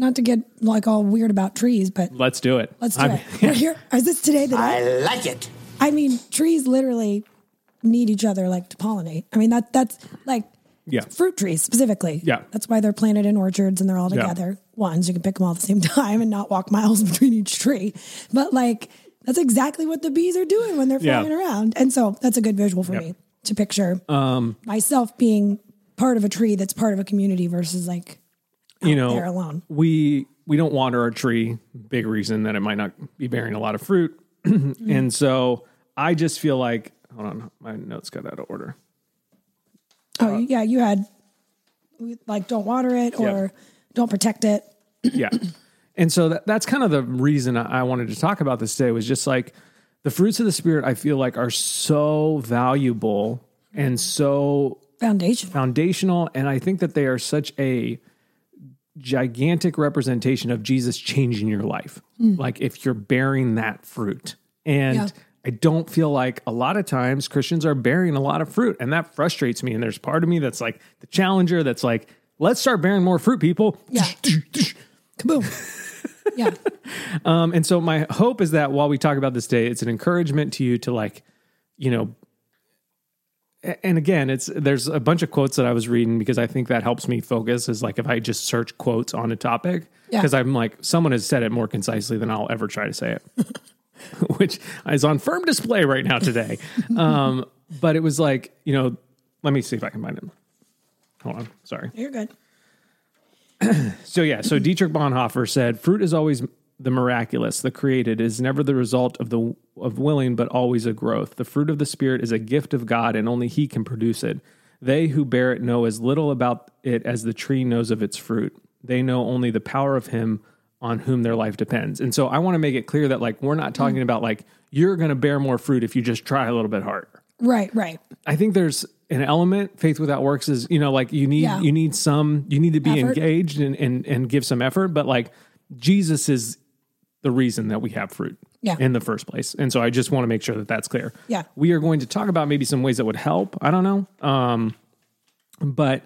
Speaker 2: not to get like all weird about trees, but
Speaker 1: let's do it.
Speaker 2: let's do
Speaker 1: I'm- [laughs]
Speaker 2: it. We're here. Is this today? The day?
Speaker 3: I like it.
Speaker 2: I mean, trees literally need each other like to pollinate. I mean that that's like
Speaker 1: Yeah.
Speaker 2: fruit trees specifically.
Speaker 1: Yeah.
Speaker 2: That's why they're planted in orchards and they're all
Speaker 1: Yeah.
Speaker 2: together. Ones you can pick them all at the same [laughs] time and not walk miles [laughs] between each tree. But like that's exactly what the bees are doing when they're
Speaker 1: Yeah.
Speaker 2: flying around. And so that's a good visual for
Speaker 1: Yep.
Speaker 2: me to picture
Speaker 1: Um,
Speaker 2: myself being part of a tree that's part of a community versus like
Speaker 1: you know
Speaker 2: there alone.
Speaker 1: we we don't water our tree. Big reason that it might not be bearing a lot of fruit. [clears throat] and so I just feel like, hold on, my notes got out of order.
Speaker 2: Oh,
Speaker 1: Uh,
Speaker 2: yeah, you had like don't water it or don't protect it.
Speaker 1: yeah. [clears throat] And so that, that's kind of the reason I I wanted to talk about this today was just like the fruits of the spirit, I feel like are so valuable and so
Speaker 2: Foundation.
Speaker 1: foundational. And I think that they are such a gigantic representation of Jesus changing your life. Like if you're bearing that fruit. And
Speaker 2: Hmm. Yeah.
Speaker 1: I don't feel like a lot of times Christians are bearing a lot of fruit. And that frustrates me. And there's part of me that's like the challenger that's like, let's start bearing more fruit, people. [laughs]
Speaker 2: Yeah. Kaboom. yeah.
Speaker 1: Um, and so my hope is that while we talk about this day, it's an encouragement to you to like, you know, a- and again, it's there's a bunch of quotes that I was reading because I think that helps me focus. Is like if I just search quotes on a topic,
Speaker 2: Yeah.
Speaker 1: because I'm like someone has said it more concisely than I'll ever try to say it, [laughs] which is on firm display right now today. um, but it was like you know, let me see if I can find it. Hold on, sorry.
Speaker 2: You're good.
Speaker 1: So yeah, so Dietrich Bonhoeffer said, "Fruit is always the miraculous, the created It is never the result of the of willing, but always a growth. The fruit of the spirit is a gift of God, and only He can produce it. They who bear it know as little about it as the tree knows of its fruit. They know only the power of Him on whom their life depends." And so I want to make it clear that like we're not talking about like you're going to bear more fruit if you just try a little bit harder.
Speaker 2: Right, right.
Speaker 1: I think there's an element faith without works is you know like you need
Speaker 2: Yeah.
Speaker 1: you need some you need to be
Speaker 2: Effort.
Speaker 1: engaged and, and and give some effort but like Jesus is the reason that we have fruit
Speaker 2: Yeah.
Speaker 1: in the first place and so I just want to make sure that that's clear
Speaker 2: Yeah.
Speaker 1: we are going to talk about maybe some ways that would help I don't know um but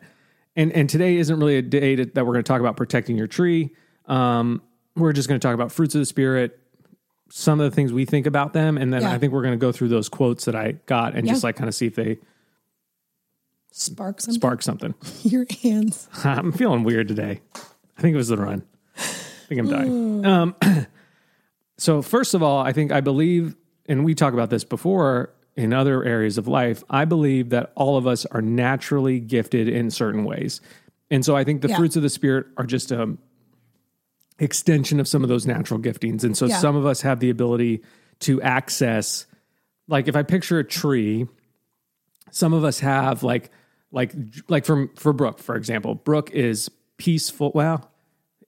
Speaker 1: and and today isn't really a day to, that we're going to talk about protecting your tree um we're just going to talk about fruits of the spirit some of the things we think about them and then
Speaker 2: Yeah.
Speaker 1: I think we're going to go through those quotes that I got and just
Speaker 2: Yeah.
Speaker 1: like kind of see if they
Speaker 2: Spark some
Speaker 1: spark something.
Speaker 2: [laughs] your hands.
Speaker 1: [laughs] I'm feeling weird today. I think it was the run. I think I'm dying. Um, [clears throat] so first of all, I think I believe, and we talk about this before in other areas of life. I believe that all of us are naturally gifted in certain ways, and so I think the
Speaker 2: Yeah.
Speaker 1: fruits of the spirit are just a extension of some of those natural giftings. And so
Speaker 2: Yeah.
Speaker 1: some of us have the ability to access, like if I picture a tree, some of us have like like like from for Brooke, for example. Brooke is peaceful. Well,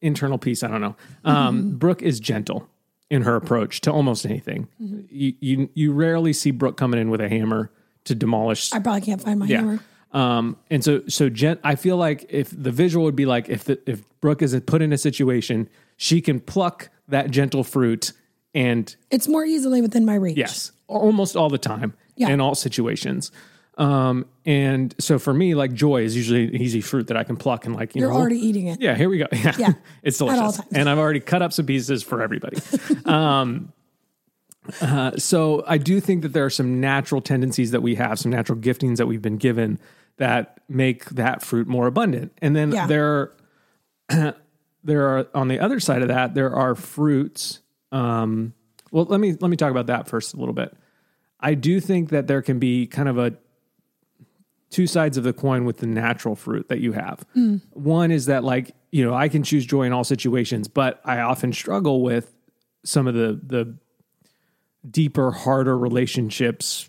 Speaker 1: internal peace, I don't know. Um, Brooke is gentle in her approach to almost anything. You, you you rarely see Brooke coming in with a hammer to demolish
Speaker 2: I probably can't find my hammer.
Speaker 1: um, and so so Jen, I feel like if the visual would be like if the, if Brooke is put in a situation, she can pluck that gentle fruit, and
Speaker 2: It's more easily within my reach.
Speaker 1: yes, almost all the time
Speaker 2: Yeah.
Speaker 1: in all situations. Um, and so for me, like joy is usually an easy fruit that I can pluck and like you
Speaker 2: You're
Speaker 1: know
Speaker 2: already eating it.
Speaker 1: yeah, here we go. [laughs] Yeah.
Speaker 2: Yeah.
Speaker 1: it's
Speaker 2: At all
Speaker 1: delicious.
Speaker 2: times.
Speaker 1: And I've already cut up some pieces for
Speaker 2: [laughs]
Speaker 1: everybody. um, uh, so I do think that there are some natural tendencies that we have, some natural giftings that we've been given that make that fruit more abundant. And then
Speaker 2: Yeah.
Speaker 1: there, [clears throat] there are on the other side of that, there are fruits. Um, well, let me let me talk about that first a little bit. I do think that there can be kind of a two sides of the coin with the natural fruit that you have.
Speaker 2: Mm.
Speaker 1: One is that like, you know, I can choose joy in all situations, but I often struggle with some of the the deeper, harder relationships,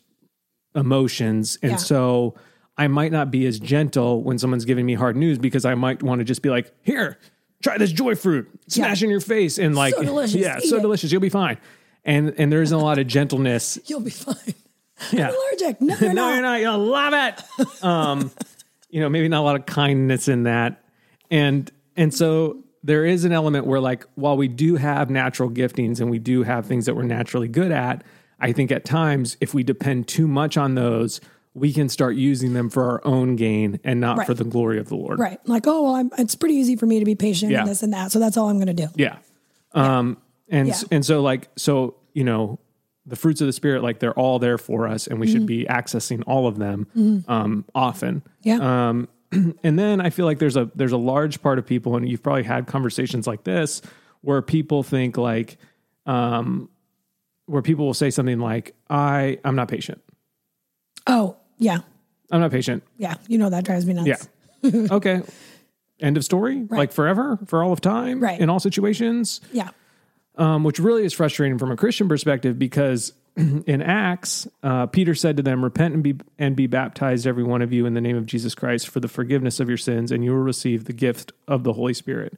Speaker 1: emotions. And
Speaker 2: Yeah.
Speaker 1: so I might not be as gentle when someone's giving me hard news because I might want to just be like, here, try this joy fruit, smash in your face and like
Speaker 2: So delicious.
Speaker 1: yeah,
Speaker 2: Eat
Speaker 1: so
Speaker 2: it.
Speaker 1: delicious, you'll be fine. And and there isn't a lot of
Speaker 2: [laughs]
Speaker 1: gentleness.
Speaker 2: You'll be fine.
Speaker 1: Yeah.
Speaker 2: Allergic.
Speaker 1: [laughs]
Speaker 2: No, you're
Speaker 1: no,
Speaker 2: not.
Speaker 1: you're not. You'll love it. Um,
Speaker 2: [laughs]
Speaker 1: you know, maybe not a lot of kindness in that, and and so there is an element where, like, while we do have natural giftings and we do have things that we're naturally good at, I think at times if we depend too much on those, we can start using them for our own gain and not
Speaker 2: Right.
Speaker 1: for the glory of the Lord.
Speaker 2: Right. Like, oh, well, I'm, it's pretty easy for me to be patient
Speaker 1: Yeah.
Speaker 2: and this and that. So that's all I'm going to do.
Speaker 1: Yeah. Um, and
Speaker 2: Yeah.
Speaker 1: and so like so you know the fruits of the spirit like they're all there for us and we
Speaker 2: Mm-hmm.
Speaker 1: should be accessing all of them um, often.
Speaker 2: Yeah.
Speaker 1: Um, [clears throat] and then I feel like there's a there's a large part of people and you've probably had conversations like this where people think like um, where people will say something like I I'm not patient.
Speaker 2: oh, yeah.
Speaker 1: I'm not patient.
Speaker 2: Yeah. You know, that drives me nuts.
Speaker 1: Yeah. okay. end of story, like forever, for all of time,
Speaker 2: Right.
Speaker 1: in all situations.
Speaker 2: Yeah.
Speaker 1: um, which really is frustrating from a Christian perspective because [clears throat] in Acts, uh, Peter said to them, "Repent and be and be baptized, every one of you, in the name of Jesus Christ, for the forgiveness of your sins, and you will receive the gift of the Holy Spirit."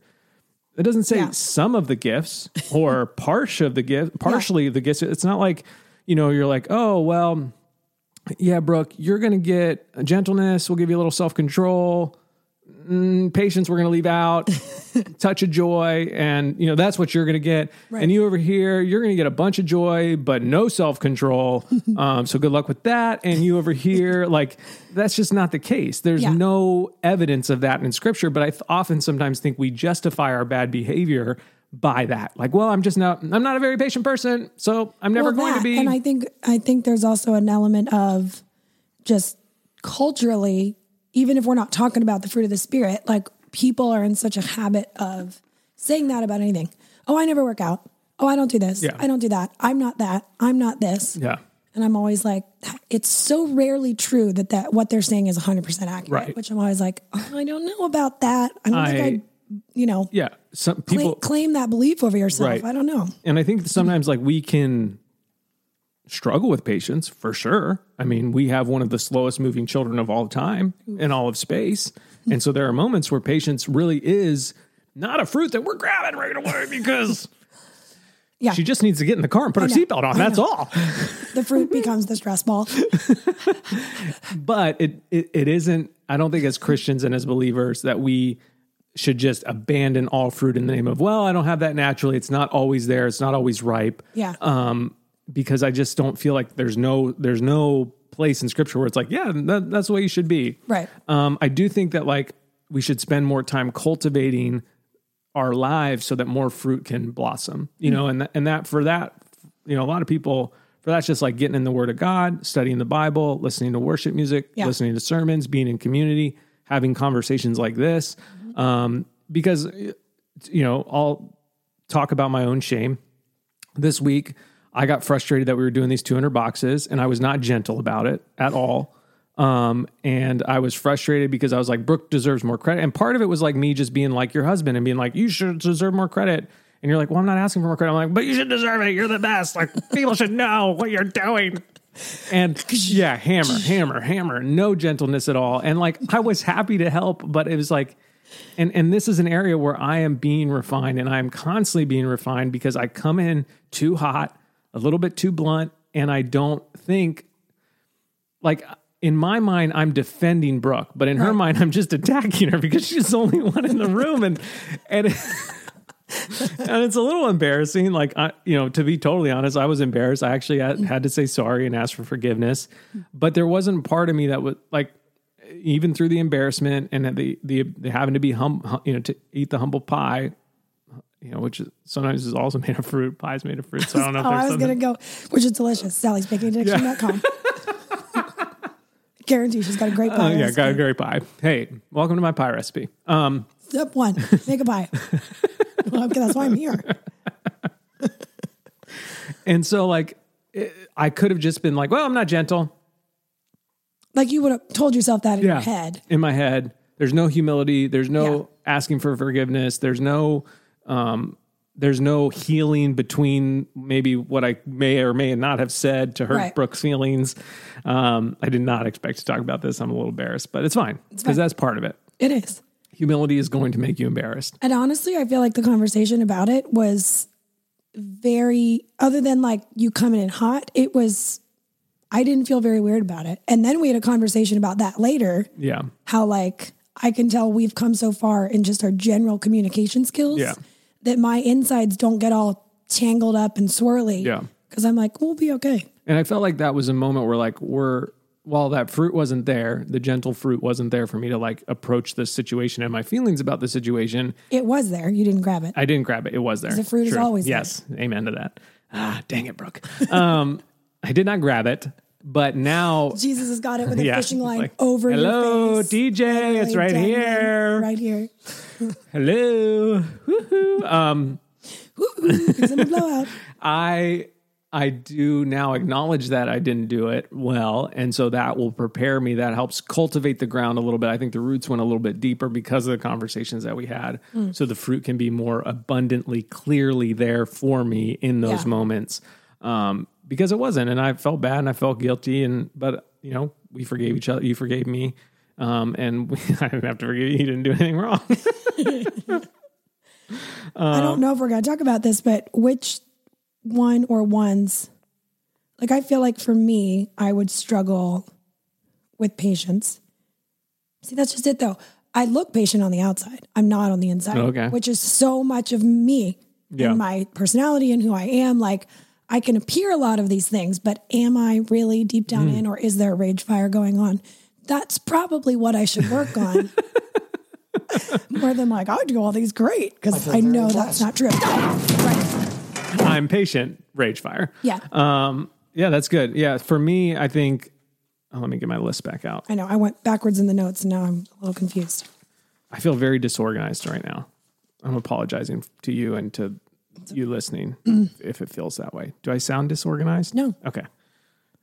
Speaker 1: It doesn't say
Speaker 2: Yeah.
Speaker 1: some of the gifts or part of the gift, partially of the gifts. It's not like you know you're like, oh well, yeah, Brooke, you're gonna get gentleness. We'll give you a little self control patience we're going to leave
Speaker 2: [laughs]
Speaker 1: out touch of joy and you know that's what you're going to get and you over here you're going to get a bunch of joy but no
Speaker 2: [laughs]
Speaker 1: self-control um, so good luck with that and you over here like that's just not the case there's
Speaker 2: Yeah.
Speaker 1: no evidence of that in scripture but i th- often sometimes think we justify our bad behavior by that like well i'm just not i'm not a very patient person so i'm never
Speaker 2: Well,
Speaker 1: going to
Speaker 2: that,
Speaker 1: be
Speaker 2: And I think I think there's also an element of just culturally, even if we're not talking about the fruit of the spirit, like people are in such a habit of saying that about anything. Oh, I never work out. Oh, I don't do this.
Speaker 1: Yeah.
Speaker 2: I don't do that. I'm not that. I'm not this.
Speaker 1: yeah
Speaker 2: And I'm always like, it's so rarely true that, that what they're saying is 100% accurate,
Speaker 1: Right.
Speaker 2: which I'm always like, oh, I don't know about that. I don't
Speaker 1: I-
Speaker 2: think I, you know,
Speaker 1: yeah some
Speaker 2: cla-
Speaker 1: people
Speaker 2: claim that belief over yourself.
Speaker 1: Right.
Speaker 2: I don't know.
Speaker 1: and I think sometimes like we can struggle with patience for sure. I mean, we have one of the slowest moving children of all time in all of space. And so there are moments where patience really is not a fruit that we're grabbing right
Speaker 2: [laughs]
Speaker 1: away because
Speaker 2: Yeah.
Speaker 1: she just needs to get in the car and put her
Speaker 2: know.
Speaker 1: seatbelt on. That's all.
Speaker 2: The fruit becomes the stress ball.
Speaker 1: But it, it it isn't I don't think as Christians and as believers that we should just abandon all fruit in the name of well, I don't have that naturally. It's not always there. It's not always ripe. [laughs] Um,
Speaker 2: Yeah.
Speaker 1: because I just don't feel like there's no there's no place in scripture where it's like, yeah, that, that's the way you should be.
Speaker 2: Right.
Speaker 1: Um, I do think that like we should spend more time cultivating our lives so that more fruit can blossom. You know, and th- and that for that, you know, a lot of people for that's just like getting in the Word of God, studying the Bible, listening to worship music,
Speaker 2: Yeah.
Speaker 1: listening to sermons, being in community, having conversations like this, um, because you know I'll talk about my own shame this week i got frustrated that we were doing these 200 boxes and i was not gentle about it at all um, and i was frustrated because i was like brooke deserves more credit and part of it was like me just being like your husband and being like you should deserve more credit and you're like well i'm not asking for more credit i'm like but you should deserve it you're the best like people should know what you're doing and yeah hammer hammer hammer no gentleness at all and like i was happy to help but it was like and and this is an area where I am being refined and I am constantly being refined because I come in too hot, a little bit too blunt, and I don't think like in my mind I'm defending Brooke, but in her mind I'm just attacking her because she's the only one in the room and and [laughs] and it's a little embarrassing. Like, I, you know, to be totally honest, I was embarrassed. I actually had, had to say sorry and ask for forgiveness, but there wasn't part of me that would like, even through the embarrassment and the the, the having to be hum, hum- you know, to eat the humble pie, you know, which is, sometimes is also made of fruit. Pie's made of fruit,
Speaker 2: [laughs]
Speaker 1: so I don't know. if
Speaker 2: oh,
Speaker 1: there's
Speaker 2: I was
Speaker 1: something.
Speaker 2: going to go, which is delicious. Sally's
Speaker 1: [laughs]
Speaker 2: Baking Addiction.com. Guarantee she's got a great pie.
Speaker 1: Oh, yeah,
Speaker 2: recipe.
Speaker 1: got a great pie. Hey, welcome to my pie recipe.
Speaker 2: Step one, make a pie. well, okay, that's why I'm here.
Speaker 1: And so, like, it, I could have just been like, "Well, I'm not gentle.
Speaker 2: Like you would have told yourself that in your head.
Speaker 1: In my head. There's no humility. There's no asking for forgiveness. There's no um there's no healing between maybe what I may or may not have said to hurt
Speaker 2: Right.
Speaker 1: Brooke's feelings. Um, I did not expect to talk about this. I'm a little embarrassed, but it's fine because that's part of it.
Speaker 2: It is.
Speaker 1: Humility is going to make you embarrassed.
Speaker 2: And honestly, I feel like the conversation about it was very, other than like you coming in hot, it was, I didn't feel very weird about it. And then we had a conversation about that later.
Speaker 1: Yeah.
Speaker 2: how like I can tell we've come so far in just our general communication skills
Speaker 1: Yeah.
Speaker 2: that my insides don't get all tangled up and swirly.
Speaker 1: Yeah.
Speaker 2: Cause I'm like, we'll be okay.
Speaker 1: And I felt like that was a moment where like we're while that fruit wasn't there, the gentle fruit wasn't there for me to like approach this situation and my feelings about the situation.
Speaker 2: It was there. You didn't grab it.
Speaker 1: I didn't grab it. It was there.
Speaker 2: The fruit is always there.
Speaker 1: yes. Amen to that. Ah, dang it, Brooke. Um, [laughs] I did not grab it, but now
Speaker 2: Jesus has got it with
Speaker 1: [laughs]
Speaker 2: a
Speaker 1: yeah,
Speaker 2: fishing
Speaker 1: it's
Speaker 2: line
Speaker 1: like,
Speaker 2: over
Speaker 1: Hello,
Speaker 2: your face.
Speaker 1: DJ. It's
Speaker 2: Like,
Speaker 1: right
Speaker 2: dangling
Speaker 1: here.
Speaker 2: Right here.
Speaker 1: Hello. Woohoo. Um, [laughs]
Speaker 2: It's in the blowout.
Speaker 1: I I do now acknowledge that I didn't do it well. And so that will prepare me. That helps cultivate the ground a little bit. I think the roots went a little bit deeper because of the conversations that we had.
Speaker 2: Mm.
Speaker 1: So the fruit can be more abundantly, clearly there for me in those
Speaker 2: Yeah.
Speaker 1: moments. Um, because it wasn't. And I felt bad and I felt guilty. And, but, you know, we forgave each other. You forgave me. Um, and [laughs] we, I didn't have to forgive you. You didn't do anything
Speaker 2: [laughs]
Speaker 1: wrong.
Speaker 2: I don't know if we're going to talk about this, but which one or ones? Like, I feel like for me, I would struggle with patience. See, that's just it, though. I look patient on the outside. I'm not on the inside,
Speaker 1: Okay.
Speaker 2: which is so much of me
Speaker 1: Yeah.
Speaker 2: and my personality and who I am. Like, I can appear a lot of these things, but am I really deep
Speaker 1: Hmm.
Speaker 2: down in, or is there a rage fire going on? That's probably what I should work
Speaker 1: [laughs]
Speaker 2: on. More than like, I do all these great because
Speaker 3: feel
Speaker 2: I,
Speaker 3: very
Speaker 2: know that's
Speaker 3: blessed.
Speaker 2: not true. Right.
Speaker 1: I'm patient. Rage fire.
Speaker 2: Yeah.
Speaker 1: Um, yeah, that's good. Yeah, for me, I think. Oh, let me get my list back out.
Speaker 2: I know. I went backwards in the notes and now I'm a little confused.
Speaker 1: I feel very disorganized right now. I'm apologizing to you and to you
Speaker 2: [clears throat]
Speaker 1: listening if it feels that way. Do I sound disorganized?
Speaker 2: No.
Speaker 1: Okay.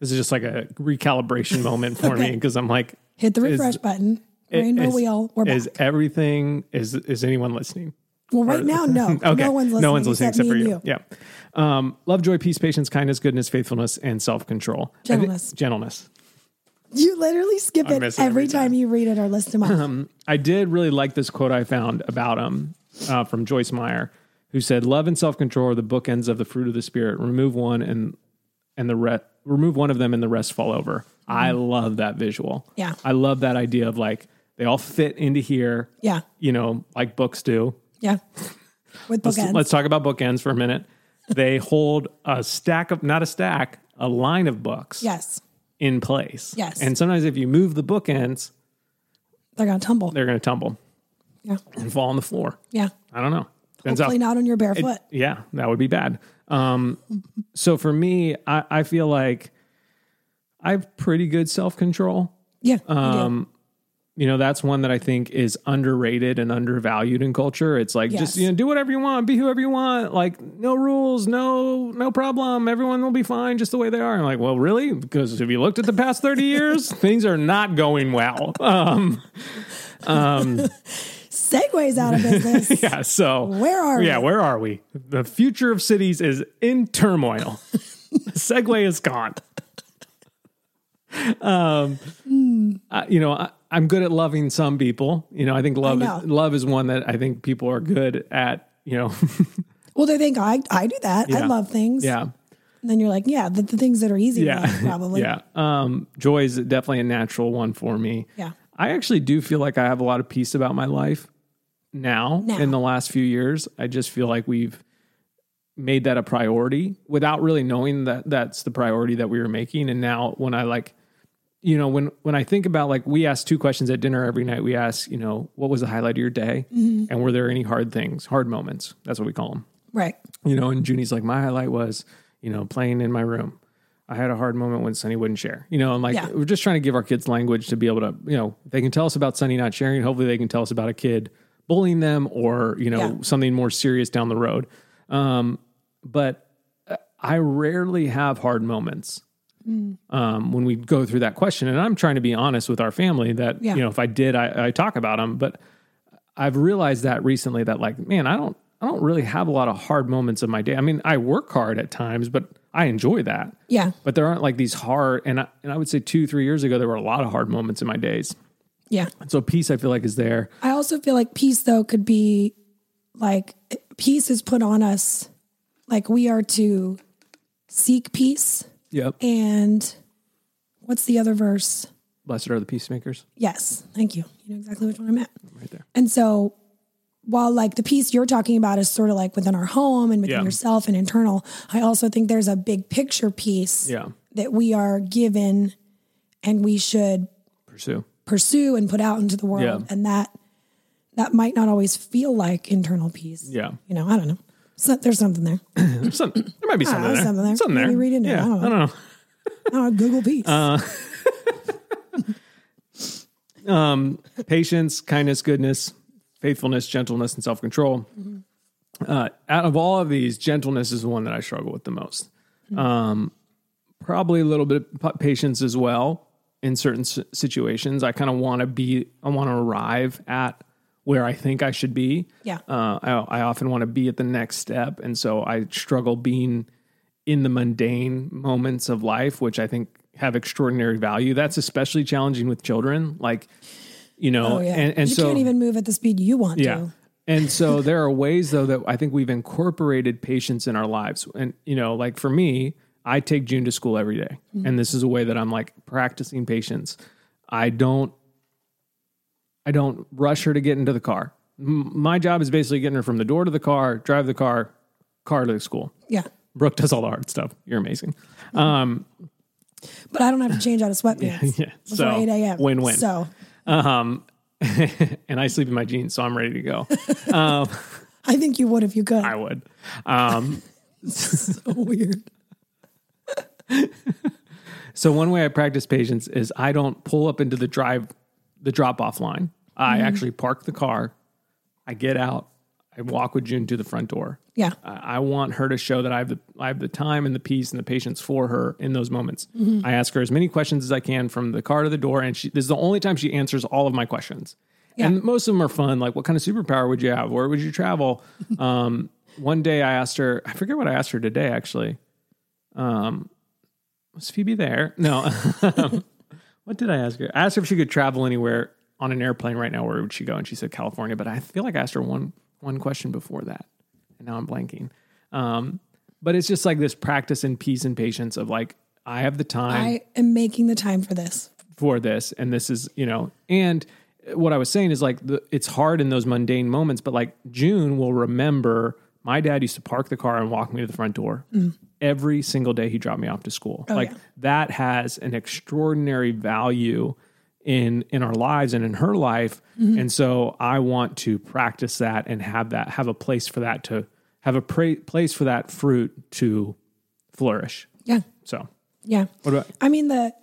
Speaker 1: This is just like a recalibration moment for me
Speaker 2: Okay.
Speaker 1: because I'm like,
Speaker 2: Hit the
Speaker 1: Is-
Speaker 2: refresh button, rainbow
Speaker 1: is-
Speaker 2: wheel. We're back.
Speaker 1: is everything is is anyone listening?
Speaker 2: well,
Speaker 1: [laughs]
Speaker 2: right now, no.
Speaker 1: Okay.
Speaker 2: No one's listening.
Speaker 1: No one's listening except,
Speaker 2: me
Speaker 1: for
Speaker 2: and
Speaker 1: you. Yeah. Um, love, joy, peace, patience, kindness, goodness, faithfulness, and self control.
Speaker 2: Gentleness.
Speaker 1: gentleness.
Speaker 2: You literally skip
Speaker 1: I
Speaker 2: it
Speaker 1: miss
Speaker 2: every,
Speaker 1: it every
Speaker 2: time. you read it or list
Speaker 1: [laughs]
Speaker 2: them off.
Speaker 1: I did really like this quote I found about him uh, from Joyce Meyer, who said, "Love and self control are the bookends of the fruit of the spirit. Remove one, and and the re- remove one of them, and the rest fall over." I love that visual.
Speaker 2: Mm-hmm. Yeah.
Speaker 1: I love that idea of like they all fit into here.
Speaker 2: Yeah.
Speaker 1: you know, like books do.
Speaker 2: Yeah. With
Speaker 1: Let's,
Speaker 2: bookends.
Speaker 1: let's talk about bookends for a minute. They [laughs] hold a stack of not a stack, a line of books
Speaker 2: yes.
Speaker 1: in place.
Speaker 2: Yes.
Speaker 1: and sometimes if you move the bookends,
Speaker 2: They're going to tumble.
Speaker 1: they're going to tumble
Speaker 2: yeah.
Speaker 1: and fall on the floor.
Speaker 2: Yeah.
Speaker 1: I don't know. Depends
Speaker 2: Hopefully
Speaker 1: how-
Speaker 2: not on your bare foot.
Speaker 1: Yeah, that would be bad. Um, so for me, I, I feel like I have pretty good self control.
Speaker 2: Yeah. you do.
Speaker 1: um, You know, that's one that I think is underrated and undervalued in culture. It's like just
Speaker 2: Yes.
Speaker 1: you know, do whatever you want, be whoever you want, like no rules, no no problem. Everyone will be fine just the way they are. And I'm like, well, really? Because if you looked at the past thirty years, [laughs] things are not going well. Um, [laughs]
Speaker 2: Segways out of business.
Speaker 1: yeah. So
Speaker 2: Where are
Speaker 1: yeah,
Speaker 2: we?
Speaker 1: where are we? The future of cities is in turmoil. [laughs] Segway is gone. [laughs] Um, I- you know, I, I'm good at loving some people. You know, I think love
Speaker 2: know.
Speaker 1: is, love is one that I think people are good at. You know, [laughs]
Speaker 2: Well, they think I, I do that. I
Speaker 1: Yeah.
Speaker 2: love things.
Speaker 1: yeah,
Speaker 2: And then you're like, yeah, the, the things that are easy, to
Speaker 1: yeah,
Speaker 2: love,
Speaker 1: [laughs]
Speaker 2: probably.
Speaker 1: yeah. Um, joy is definitely a natural one for me.
Speaker 2: Yeah.
Speaker 1: I actually do feel like I have a lot of peace about my life now,
Speaker 2: Now.
Speaker 1: in the last few years. I just feel like we've made that a priority without really knowing that that's the priority that we were making. And now when I like, you know, when when I think about like we ask two questions at dinner every night. We ask, you know, what was the highlight of your day,
Speaker 2: Mm-hmm.
Speaker 1: and were there any hard things, hard moments? That's what we call them
Speaker 2: Right.
Speaker 1: you know, and Junie's like, my highlight was, you know, playing in my room. I had a hard moment when Sunny wouldn't share, you know, and like
Speaker 2: Yeah.
Speaker 1: we're just trying to give our kids language to be able to, you know, they can tell us about Sunny not sharing. Hopefully, they can tell us about a kid bullying them or you know
Speaker 2: Yeah.
Speaker 1: something more serious down the road. Um, but uh, I rarely have hard moments
Speaker 2: Mm.
Speaker 1: um, when we go through that question. And I'm trying to be honest with our family that,
Speaker 2: Yeah.
Speaker 1: you know, if I did, I, I talk about them. But I've realized that recently that like, man, I don't, I don't really have a lot of hard moments in my day. I mean, I work hard at times, but I enjoy that.
Speaker 2: Yeah.
Speaker 1: But there aren't like these hard, and I, and I would say two, three years ago, there were a lot of hard moments in my days.
Speaker 2: Yeah.
Speaker 1: And so peace, I feel like is there.
Speaker 2: I also feel like peace though could be like peace is put on us like we are to seek peace
Speaker 1: Yep.
Speaker 2: and what's the other verse?
Speaker 1: Blessed are the peacemakers
Speaker 2: Yes. Thank you. You know exactly which one I'm at.
Speaker 1: right there.
Speaker 2: And so while like the peace you're talking about is sort of like within our home and within
Speaker 1: Yeah.
Speaker 2: yourself and internal, I also think there's a big picture piece
Speaker 1: Yeah.
Speaker 2: that we are given and we should
Speaker 1: Pursue.
Speaker 2: pursue and put out into the world
Speaker 1: Yeah.
Speaker 2: and that that might not always feel like internal peace
Speaker 1: Yeah.
Speaker 2: you know i don't know so, there's something there [laughs]
Speaker 1: There's some, there might be something,
Speaker 2: there's
Speaker 1: there.
Speaker 2: something there.
Speaker 1: Something there.
Speaker 2: Maybe read into it.
Speaker 1: yeah.
Speaker 2: I don't
Speaker 1: I
Speaker 2: know.
Speaker 1: don't know.
Speaker 2: oh, google peace
Speaker 1: Uh, patience, kindness, goodness, faithfulness, gentleness, and self control. Uh, out of all of these, gentleness is the one that I struggle with the most. probably a little bit of pa- patience as well in certain s- situations. I kind of want to be, I want to arrive at where I think I should be.
Speaker 2: Yeah.
Speaker 1: Uh, I, I often want to be at the next step. And so I struggle being in the mundane moments of life, which I think have extraordinary value. That's especially challenging with children. Like, you know,
Speaker 2: Oh yeah.
Speaker 1: and, and
Speaker 2: you
Speaker 1: so
Speaker 2: can't even move at the speed you want to.
Speaker 1: and so there are ways though that I think we've incorporated patience in our lives. And you know, like for me, I take June to school every day.
Speaker 2: Mm-hmm.
Speaker 1: And this is a way that I'm like practicing patience. I don't I don't rush her to get into the car. M- my job is basically getting her from the door to the car, drive the car, car to the school.
Speaker 2: Yeah.
Speaker 1: Brooke does all the hard stuff. You're amazing.
Speaker 2: But I don't have to change out of
Speaker 1: [laughs]
Speaker 2: sweatpants
Speaker 1: Yeah.
Speaker 2: before
Speaker 1: So,
Speaker 2: 8 a.m.
Speaker 1: win-win.
Speaker 2: So
Speaker 1: [laughs] And I sleep in my jeans, so I'm ready to go.
Speaker 2: I think you would if you could.
Speaker 1: I would. Um,
Speaker 2: [laughs] so weird.
Speaker 1: [laughs] So one way I practice patience is I don't pull up into the drive, the drop off line. I actually park the car. I get out. I walk with June to the front door.
Speaker 2: Yeah.
Speaker 1: I, I want her to show that I have the I have the time and the peace and the patience for her in those moments. I ask her as many questions as I can from the car to the door, and she, this is the only time she answers all of my questions. And most of them are fun, like what kind of superpower would you have? Where would you travel? um, one day I asked her, I forget what I asked her today actually. Um, was Phoebe there? No. what did I ask her? I asked her if she could travel anywhere on an airplane right now. Where would she go? And she said California. But I feel like I asked her one one question before that, and now I'm blanking. Um, but it's just like this practice and peace and patience of like I have the time
Speaker 2: I am making the time for this.
Speaker 1: for this, and this is you know. And what I was saying is like the, it's hard in those mundane moments, but like June will remember. My dad used to park the car and walk me to the front door every single day he dropped me off to school. like
Speaker 2: Oh, yeah.
Speaker 1: that has an extraordinary value in in our lives and in her life.
Speaker 2: Mm-hmm.
Speaker 1: And so I want to practice that and have that have a place for that to have a pra- place for that fruit to flourish.
Speaker 2: Yeah.
Speaker 1: So
Speaker 2: Yeah.
Speaker 1: what about
Speaker 2: I mean the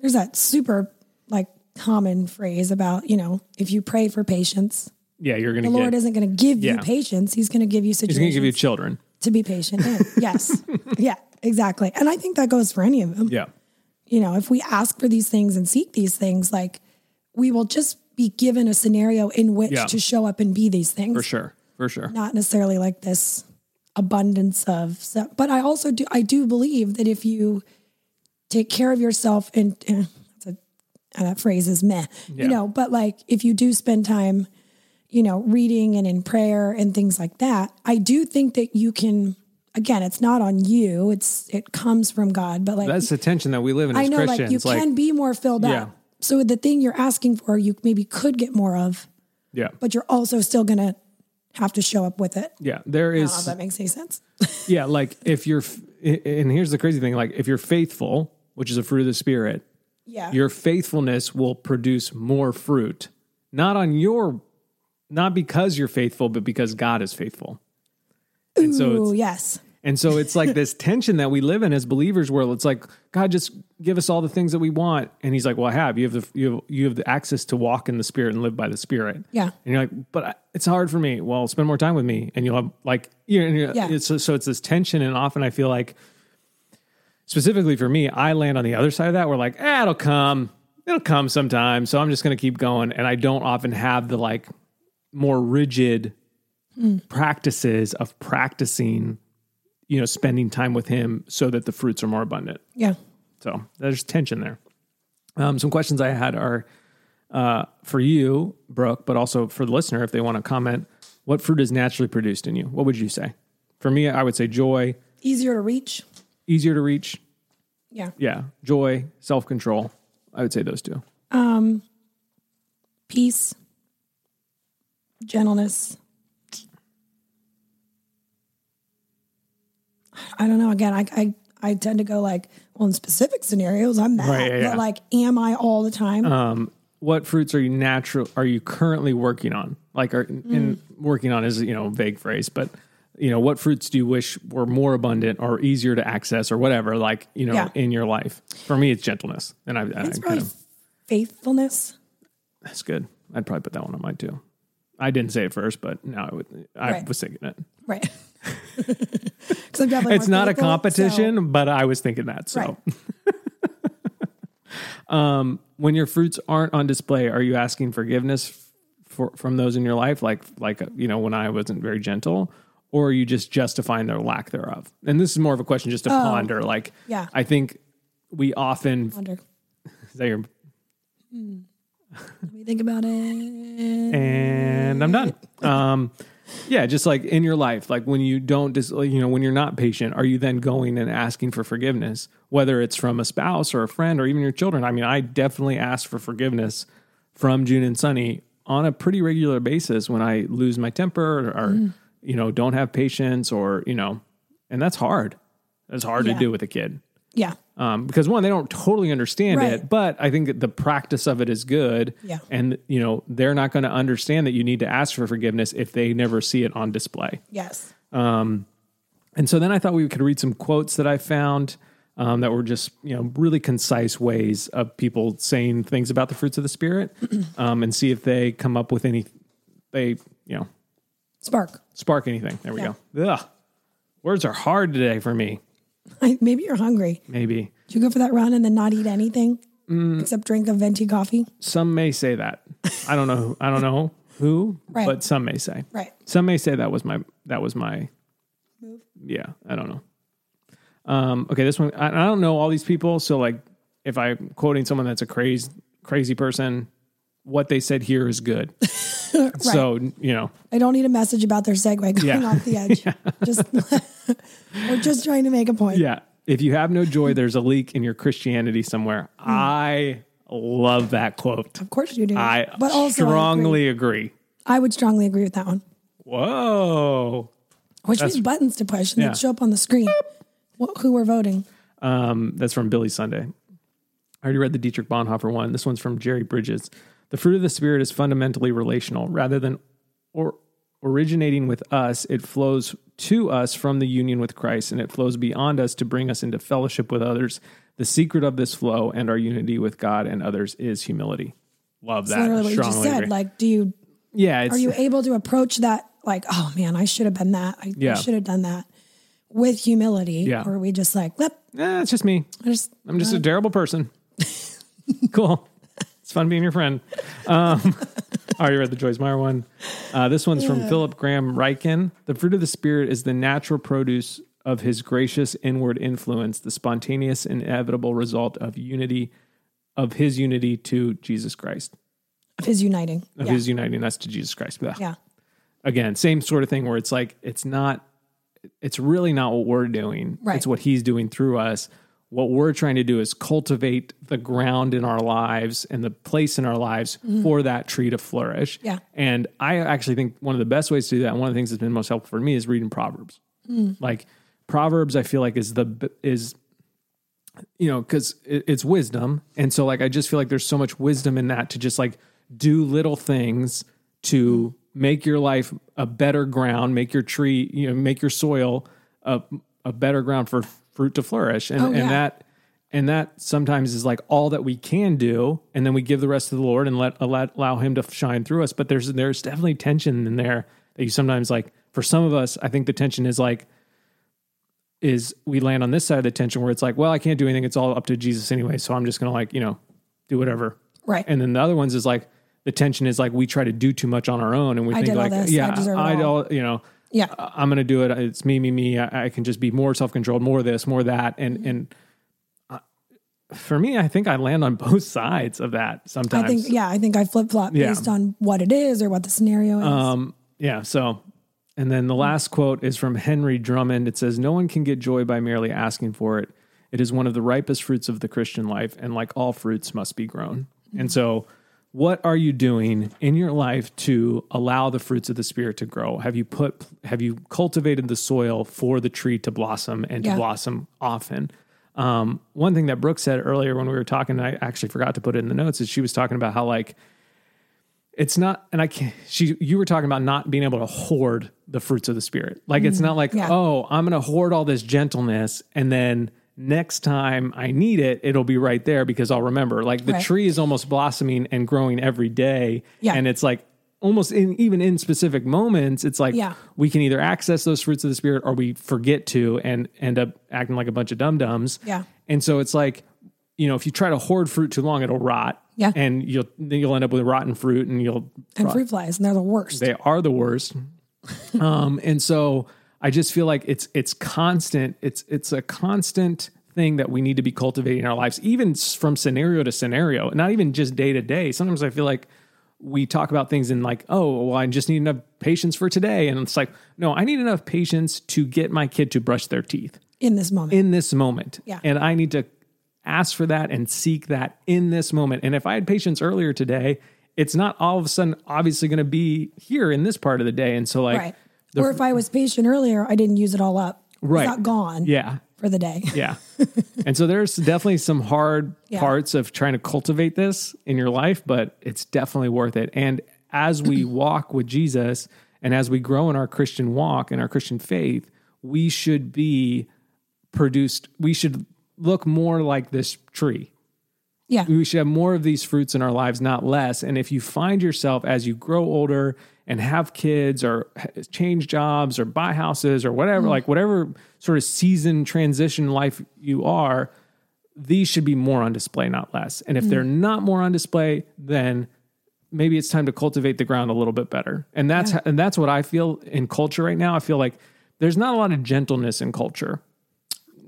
Speaker 2: there's that super like common phrase about, you know, if you pray for patience,
Speaker 1: yeah, you're
Speaker 2: the
Speaker 1: gonna
Speaker 2: Lord
Speaker 1: get
Speaker 2: isn't going to give you
Speaker 1: Yeah.
Speaker 2: patience. He's going to give you
Speaker 1: he's
Speaker 2: situations
Speaker 1: gonna give you children.
Speaker 2: to be
Speaker 1: [laughs]
Speaker 2: patient in. yes. Yeah, exactly. And I think that goes for any of them.
Speaker 1: Yeah.
Speaker 2: You know, if we ask for these things and seek these things, like we will just be given a scenario in which
Speaker 1: Yeah.
Speaker 2: to show up and be these things.
Speaker 1: For sure. For sure.
Speaker 2: Not necessarily like this abundance of so, but I also do I do believe that if you take care of yourself and eh, that's a, and that phrase is meh.
Speaker 1: Yeah.
Speaker 2: You know, but like if you do spend time, you know, reading and in prayer and things like that, I do think that you can again, it's not on you. It's it comes from God. But like
Speaker 1: That's the tension that we live in as
Speaker 2: I know, like you
Speaker 1: Christians. Like,
Speaker 2: can be more filled
Speaker 1: Yeah.
Speaker 2: up. So the thing you're asking for, you maybe could get more of,
Speaker 1: yeah.
Speaker 2: but you're also still gonna have to show up with it.
Speaker 1: Yeah. There
Speaker 2: I don't know if
Speaker 1: is
Speaker 2: Uh, that makes any sense.
Speaker 1: Yeah, like if you're, f- and here's the crazy thing: like if you're faithful, which is a fruit of the spirit,
Speaker 2: Yeah.
Speaker 1: your faithfulness will produce more fruit. Not on your, not because you're faithful, but because God is faithful. And so,
Speaker 2: Ooh,
Speaker 1: it's,
Speaker 2: yes.
Speaker 1: and so it's like this tension that we live in as believers, where it's like God just give us all the things that we want, and He's like, "Well, I have you have the you have, you have the access to walk in the Spirit and live by the Spirit."
Speaker 2: Yeah.
Speaker 1: and you're like, "But I, it's hard for me." Well, spend more time with me, and you'll have like you're, you're,
Speaker 2: Yeah.
Speaker 1: It's, so- so it's this tension, and often I feel like specifically for me, I land on the other side of that. We're like, ah, it'll come, it'll come sometime. So I'm just going to keep going. And I don't often have the like more rigid practices of practicing, you know, spending time with him so that the fruits are more abundant.
Speaker 2: Yeah.
Speaker 1: So there's tension there. Um, some questions I had are uh, for you, Brooke, but also for the listener if they want to comment. What fruit is naturally produced in you? What would you say? For me, I would say joy,
Speaker 2: Easier to reach.
Speaker 1: easier to reach,
Speaker 2: Yeah.
Speaker 1: yeah, joy, self control. I would say those two.
Speaker 2: Peace. Gentleness. I don't know. Again, I, I I tend to go like, well, in specific scenarios, I'm that.
Speaker 1: Right, yeah, Uh, yeah.
Speaker 2: But like, am I all the time?
Speaker 1: What fruits are you natural? Are you currently working on? Like, are
Speaker 2: Mm.
Speaker 1: and working on is you know a vague phrase, but you know what fruits do you wish were more abundant or easier to access or whatever? Like you know
Speaker 2: Yeah.
Speaker 1: in your life. For me, it's gentleness, and I, I
Speaker 2: it's
Speaker 1: kind
Speaker 2: probably
Speaker 1: of
Speaker 2: faithfulness.
Speaker 1: that's good. I'd probably put that one on mine too. I didn't say it first, but now I, would, I
Speaker 2: Right.
Speaker 1: was thinking it.
Speaker 2: Right. [laughs] Because I'm definitely
Speaker 1: It's
Speaker 2: more
Speaker 1: not a
Speaker 2: political, so-
Speaker 1: competition, but I was thinking that. So,
Speaker 2: Right.
Speaker 1: [laughs] um, when your fruits aren't on display, are you asking forgiveness for, from those in your life? Like, like you know, when I wasn't very gentle, or are you just justifying their lack thereof? And this is more of a question just to ponder. Like,
Speaker 2: Oh. yeah.
Speaker 1: I think we often
Speaker 2: Wonder.
Speaker 1: is that your-
Speaker 2: Let me think about it.
Speaker 1: and I'm done. Um, yeah, just like in your life, like when you don't, dis- like, you know, when you're not patient, are you then going and asking for forgiveness, whether it's from a spouse or a friend or even your children? I mean, I definitely ask for forgiveness from June and Sunny on a pretty regular basis when I lose my temper or, or, you know, don't have patience or, you know, and that's hard. That's hard
Speaker 2: Yeah.
Speaker 1: to do with a kid
Speaker 2: Yeah.
Speaker 1: um, because one, they don't totally understand
Speaker 2: Right.
Speaker 1: it, but I think that the practice of it is good.
Speaker 2: Yeah.
Speaker 1: And, you know, they're not going to understand that you need to ask for forgiveness if they never see it on display.
Speaker 2: Yes.
Speaker 1: And so then I thought we could read some quotes that I found um, that were just, you know, really concise ways of people saying things about the fruits of the Spirit [clears throat] um, and see if they come up with any, they, you know,
Speaker 2: Spark. [laughs]
Speaker 1: spark anything. There we
Speaker 2: Yeah.
Speaker 1: go. Ugh. Words are hard today for me,
Speaker 2: Maybe you're hungry.
Speaker 1: maybe.
Speaker 2: Did you go for that run and then not eat anything
Speaker 1: Mm.
Speaker 2: except drink a venti coffee?
Speaker 1: some may say that. I don't know. Who, I don't know who,
Speaker 2: Right.
Speaker 1: but some may say.
Speaker 2: Right.
Speaker 1: Some may say that was my that was my Yeah, I don't know. Um, okay, this one I, I don't know all these people, so like if I'm quoting someone that's a crazy crazy person, what they said here is
Speaker 2: [laughs]
Speaker 1: good. So you know,
Speaker 2: I don't need a message about their segue going
Speaker 1: Yeah. [laughs]
Speaker 2: off the edge. Just [laughs] we're just trying to make a point.
Speaker 1: yeah. If you have no joy, there's a leak in your Christianity somewhere.
Speaker 2: Hmm.
Speaker 1: I love that quote.
Speaker 2: Of course you do.
Speaker 1: I
Speaker 2: but also I agree.
Speaker 1: strongly agree.
Speaker 2: I, would strongly agree with that one.
Speaker 1: Whoa.
Speaker 2: Which means buttons to push and
Speaker 1: Yeah.
Speaker 2: they'd show up on the screen. What, who we're voting.
Speaker 1: Um, that's from Billy Sunday. I already read the Dietrich Bonhoeffer one. This one's from Jerry Bridges. The fruit of the Spirit is fundamentally relational. Rather than or originating with us, it flows to us from the union with Christ, and it flows beyond us to bring us into fellowship with others. The secret of this flow and our unity with God and others is humility. Love that.
Speaker 2: Literally what you just
Speaker 1: Strongly
Speaker 2: said.
Speaker 1: agree.
Speaker 2: Like, do you
Speaker 1: yeah, it's
Speaker 2: are you able to approach that like, oh man, I should have been that. I, I
Speaker 1: Yeah.
Speaker 2: should have done that with humility.
Speaker 1: Yeah.
Speaker 2: Or are we just like, yep,
Speaker 1: eh, it's just me.
Speaker 2: I just
Speaker 1: I'm just a terrible person. cool. It's fun being your friend. Um, I already read the Joyce Meyer one. Uh, this one's from Philip Graham Ryken. The fruit of the Spirit is the natural produce of his gracious inward influence, the spontaneous, inevitable result of unity, of his unity to Jesus Christ,
Speaker 2: of his uniting.
Speaker 1: of
Speaker 2: yeah.
Speaker 1: his uniting us to Jesus Christ. Blah
Speaker 2: yeah.
Speaker 1: again, same sort of thing where it's like it's not it's really not what we're doing.
Speaker 2: Right.
Speaker 1: It's what he's doing through us. What we're trying to do is cultivate the ground in our lives and the place in our lives for that tree to flourish.
Speaker 2: Mm-hmm. Yeah.
Speaker 1: And I actually think one of the best ways to do that, and one of the things that's been most helpful for me is reading Proverbs.
Speaker 2: Mm.
Speaker 1: Like Proverbs, I feel like is the b- is you know, because it's wisdom. And so, like, I just feel like there's so much wisdom in that to just like do little things to make your life a better ground, make your tree, you know, make your soil a, a better ground for fruit to flourish. And,
Speaker 2: Oh, yeah.
Speaker 1: and that, and that sometimes is like all that we can do. And then we give the rest to the Lord and let, allow, allow Him to shine through us. But there's, there's definitely tension in there that you sometimes like, for some of us, I think the tension is like, is we land on this side of the tension where it's like, well, I can't do anything. It's all up to Jesus anyway. So I'm just going to like, you know, do whatever.
Speaker 2: Right.
Speaker 1: And then the other ones is like, the tension is like, we try to do too much on our own and we
Speaker 2: I
Speaker 1: think
Speaker 2: did all
Speaker 1: like,
Speaker 2: this. I
Speaker 1: yeah,
Speaker 2: deserve it
Speaker 1: I
Speaker 2: all.
Speaker 1: don't, you know,
Speaker 2: Yeah.
Speaker 1: I- I'm going to do it. It's me, me, me. I, I can just be more self-controlled, more this, more that. And,
Speaker 2: Mm-hmm.
Speaker 1: and uh, for me, I think I land on both [laughs] sides of that sometimes.
Speaker 2: I think yeah, I think I flip flop
Speaker 1: Yeah.
Speaker 2: based on what it is or what the scenario is.
Speaker 1: Um, yeah. So, and then the last quote is from Henry Drummond. It says, No one can get joy by merely asking for it. It is one of the ripest fruits of the Christian life, and like all fruits, must be grown. And so, what are you doing in your life to allow the fruits of the spirit to grow? Have you put have you cultivated the soil for the tree to blossom and
Speaker 2: Yeah.
Speaker 1: to blossom often? Um, one thing that Brooke said earlier when we were talking, and I actually forgot to put it in the notes, is she was talking about how like it's not and i can't she you were talking about not being able to hoard the fruits of the spirit like it's not like
Speaker 2: yeah.
Speaker 1: oh i'm gonna hoard all this gentleness and then next time i need it it'll be right there because i'll remember like the
Speaker 2: Right.
Speaker 1: tree is almost blossoming and growing every day
Speaker 2: Yeah.
Speaker 1: and it's like almost in even in specific moments, it's like
Speaker 2: Yeah.
Speaker 1: we can either access those fruits of the spirit or we forget to and end up acting like a bunch of dum dums.
Speaker 2: Yeah.
Speaker 1: And so it's like, you know, if you try to hoard fruit too long, it'll rot.
Speaker 2: Yeah.
Speaker 1: And you'll then you'll end up with rotten fruit and you'll
Speaker 2: and fruit flies, and they're the worst.
Speaker 1: they are the worst. um, and so I just feel like it's it's constant. It's it's a constant thing that we need to be cultivating in our lives, even s- from scenario to scenario, not even just day to day. Sometimes I feel like we talk about things in like, oh, well, I just need enough patience for today, and it's like, no, I need enough patience to get my kid to brush their teeth
Speaker 2: in this moment.
Speaker 1: in this moment.
Speaker 2: Yeah.
Speaker 1: And I need to ask for that and seek that in this moment. And if I had patience earlier today, it's not all of a sudden obviously going to be here in this part of the day. And so, like,
Speaker 2: right. or if I was patient earlier, I didn't use it all up.
Speaker 1: Right.
Speaker 2: It's not gone
Speaker 1: yeah,
Speaker 2: for the day. [laughs]
Speaker 1: yeah. and so, there's definitely some hard
Speaker 2: Yeah.
Speaker 1: parts of trying to cultivate this in your life, but it's definitely worth it. And as
Speaker 2: [clears throat]
Speaker 1: we walk with Jesus and as we grow in our Christian walk and our Christian faith, we should be produced, we should look more like this tree.
Speaker 2: Yeah.
Speaker 1: we should have more of these fruits in our lives, not less. And if you find yourself as you grow older and have kids or h- change jobs or buy houses or whatever, like whatever sort of season transition life you are, these should be more on display, not less. And if they're not more on display, then maybe it's time to cultivate the ground a little bit better. And that's ho- and that's what I feel in culture right now. I feel like there's not a lot of gentleness in culture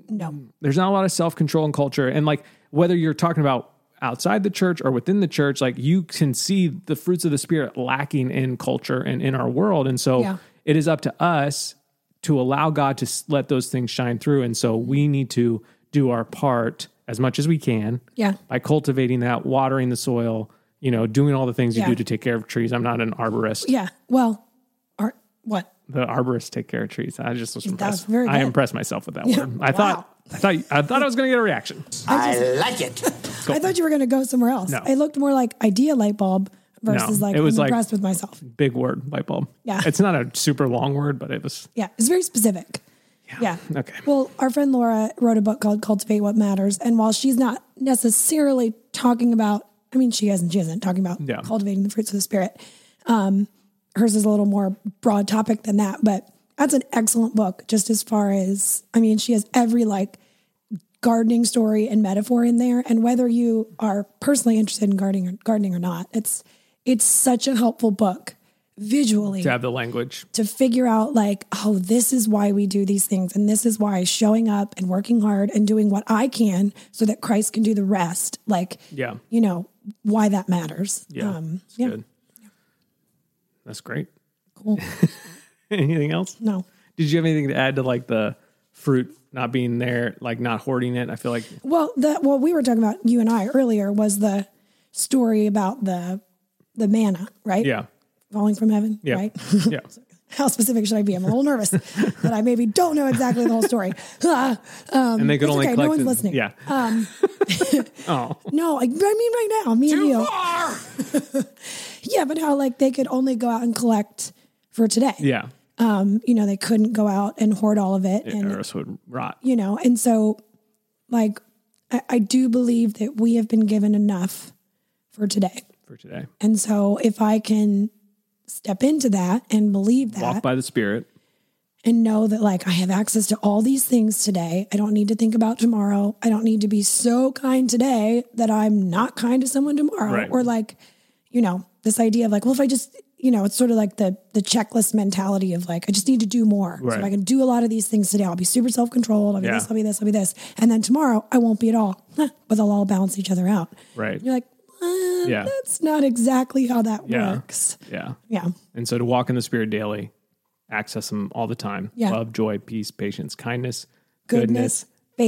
Speaker 2: No.
Speaker 1: there's not a lot of self-control in culture and like whether you're talking about outside the church or within the church like you can see the fruits of the spirit lacking in culture and in our world and so
Speaker 2: Yeah.
Speaker 1: it is up to us to allow god to s- let those things shine through and so we need to do our part as much as we can
Speaker 2: Yeah.
Speaker 1: by cultivating that watering the soil you know doing all the things you
Speaker 2: Yeah.
Speaker 1: do to take care of trees i'm not an arborist
Speaker 2: Yeah. Well, are, what?
Speaker 1: the arborists take care of trees i just was impressed
Speaker 2: very
Speaker 1: i
Speaker 2: good.
Speaker 1: impressed myself with that word i
Speaker 2: Wow.
Speaker 1: thought i thought i thought i was going to get a reaction
Speaker 3: I like it.
Speaker 2: I thought you were going to go somewhere else.
Speaker 1: No.
Speaker 2: It looked more like idea light bulb versus
Speaker 1: No,
Speaker 2: like
Speaker 1: it was
Speaker 2: I'm
Speaker 1: like-
Speaker 2: impressed with myself.
Speaker 1: big word light bulb.
Speaker 2: Yeah.
Speaker 1: It's not a super long word, but it was
Speaker 2: Yeah. It's very specific. Yeah.
Speaker 1: Okay.
Speaker 2: Well, our friend Laura wrote a book called Cultivate What Matters. And while she's not necessarily talking about, I mean, she hasn't, she isn't talking about
Speaker 1: Yeah.
Speaker 2: cultivating the fruits of the spirit. Um, hers is a little more broad topic than that, but that's an excellent book just as far as, I mean, she has every like gardening story and metaphor in there. And whether you are personally interested in gardening or gardening or not, it's, it's such a helpful book visually
Speaker 1: to have the language.
Speaker 2: to figure out like oh this is why we do these things and this is why showing up and working hard and doing what i can so that christ can do the rest like
Speaker 1: Yeah.
Speaker 2: you know why that matters Um,
Speaker 1: Yeah. it's
Speaker 2: yeah
Speaker 1: good. That's great.
Speaker 2: cool
Speaker 1: [laughs] anything else?
Speaker 2: no
Speaker 1: Did you have anything to add to like the fruit not being there, like not hoarding it? I feel like
Speaker 2: well that what we were talking about you and i earlier was the story about the the manna right
Speaker 1: yeah.
Speaker 2: falling from heaven
Speaker 1: Yeah.
Speaker 2: right [laughs]
Speaker 1: [laughs] yeah.
Speaker 2: how specific should i be i'm a little nervous that i maybe don't know exactly the whole story [laughs] Ah, um,
Speaker 1: And they could
Speaker 2: it's
Speaker 1: only
Speaker 2: okay,
Speaker 1: collect
Speaker 2: no one's
Speaker 1: it-
Speaker 2: listening Uh,
Speaker 1: Yeah.
Speaker 2: no I, I mean right now me and you Yeah, but how like they could only go out and collect for today.
Speaker 1: yeah.
Speaker 2: Um, you know, they couldn't go out and hoard all of it and
Speaker 1: Or else would rot.
Speaker 2: you know, and so like I, I do believe that we have been given enough for today.
Speaker 1: For today.
Speaker 2: And so if I can step into that and believe
Speaker 1: Walk
Speaker 2: that
Speaker 1: by the spirit.
Speaker 2: and know that like I have access to all these things today. I don't need to think about tomorrow. I don't need to be so kind today that I'm not kind to someone tomorrow.
Speaker 1: Right.
Speaker 2: Or like, you know, this idea of like, well, if I just, you know, it's sort of like the the checklist mentality of like, I just need to do more. So
Speaker 1: Right.
Speaker 2: if I can do a lot of these things today, I'll be super self controlled. I'll be
Speaker 1: Yeah.
Speaker 2: this, I'll be this, I'll be this, and then tomorrow I won't be at all. [laughs] Huh, But they'll all balance each other out.
Speaker 1: Right.
Speaker 2: You're like, uh,
Speaker 1: Yeah.
Speaker 2: that's not exactly how that
Speaker 1: Yeah.
Speaker 2: works.
Speaker 1: Yeah.
Speaker 2: Yeah.
Speaker 1: And so to walk in the spirit daily, access them all the time.
Speaker 2: Yeah.
Speaker 1: Love, joy, peace, patience, kindness, goodness,
Speaker 2: Goodness,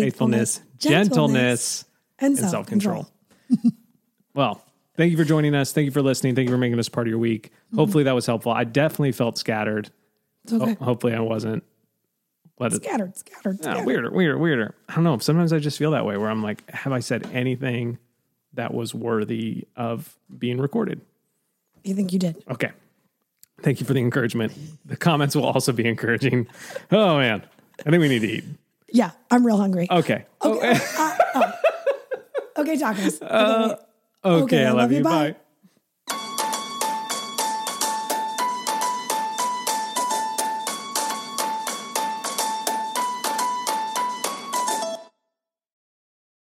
Speaker 1: faithfulness,
Speaker 2: faithfulness,
Speaker 1: gentleness,
Speaker 2: And,
Speaker 1: and self
Speaker 2: self-control.
Speaker 1: control. [laughs] well, thank you for joining us. Thank you for listening. Thank you for making us part of your week. Hopefully that was helpful. I definitely felt scattered.
Speaker 2: It's okay.
Speaker 1: Ho- hopefully I wasn't. Let it,
Speaker 2: Scattered, scattered,
Speaker 1: no,
Speaker 2: scattered.
Speaker 1: weirder, weirder, weirder. I don't know. Sometimes I just feel that way where I'm like, have I said anything that was worthy of being recorded?
Speaker 2: You think you did?
Speaker 1: Okay. Thank you for the encouragement. The comments will also be encouraging. Oh man, I think we need to eat.
Speaker 2: Yeah, I'm real hungry.
Speaker 1: Okay. Okay,
Speaker 2: Okay, tacos. Okay, wait.
Speaker 1: I, love, you. Bye.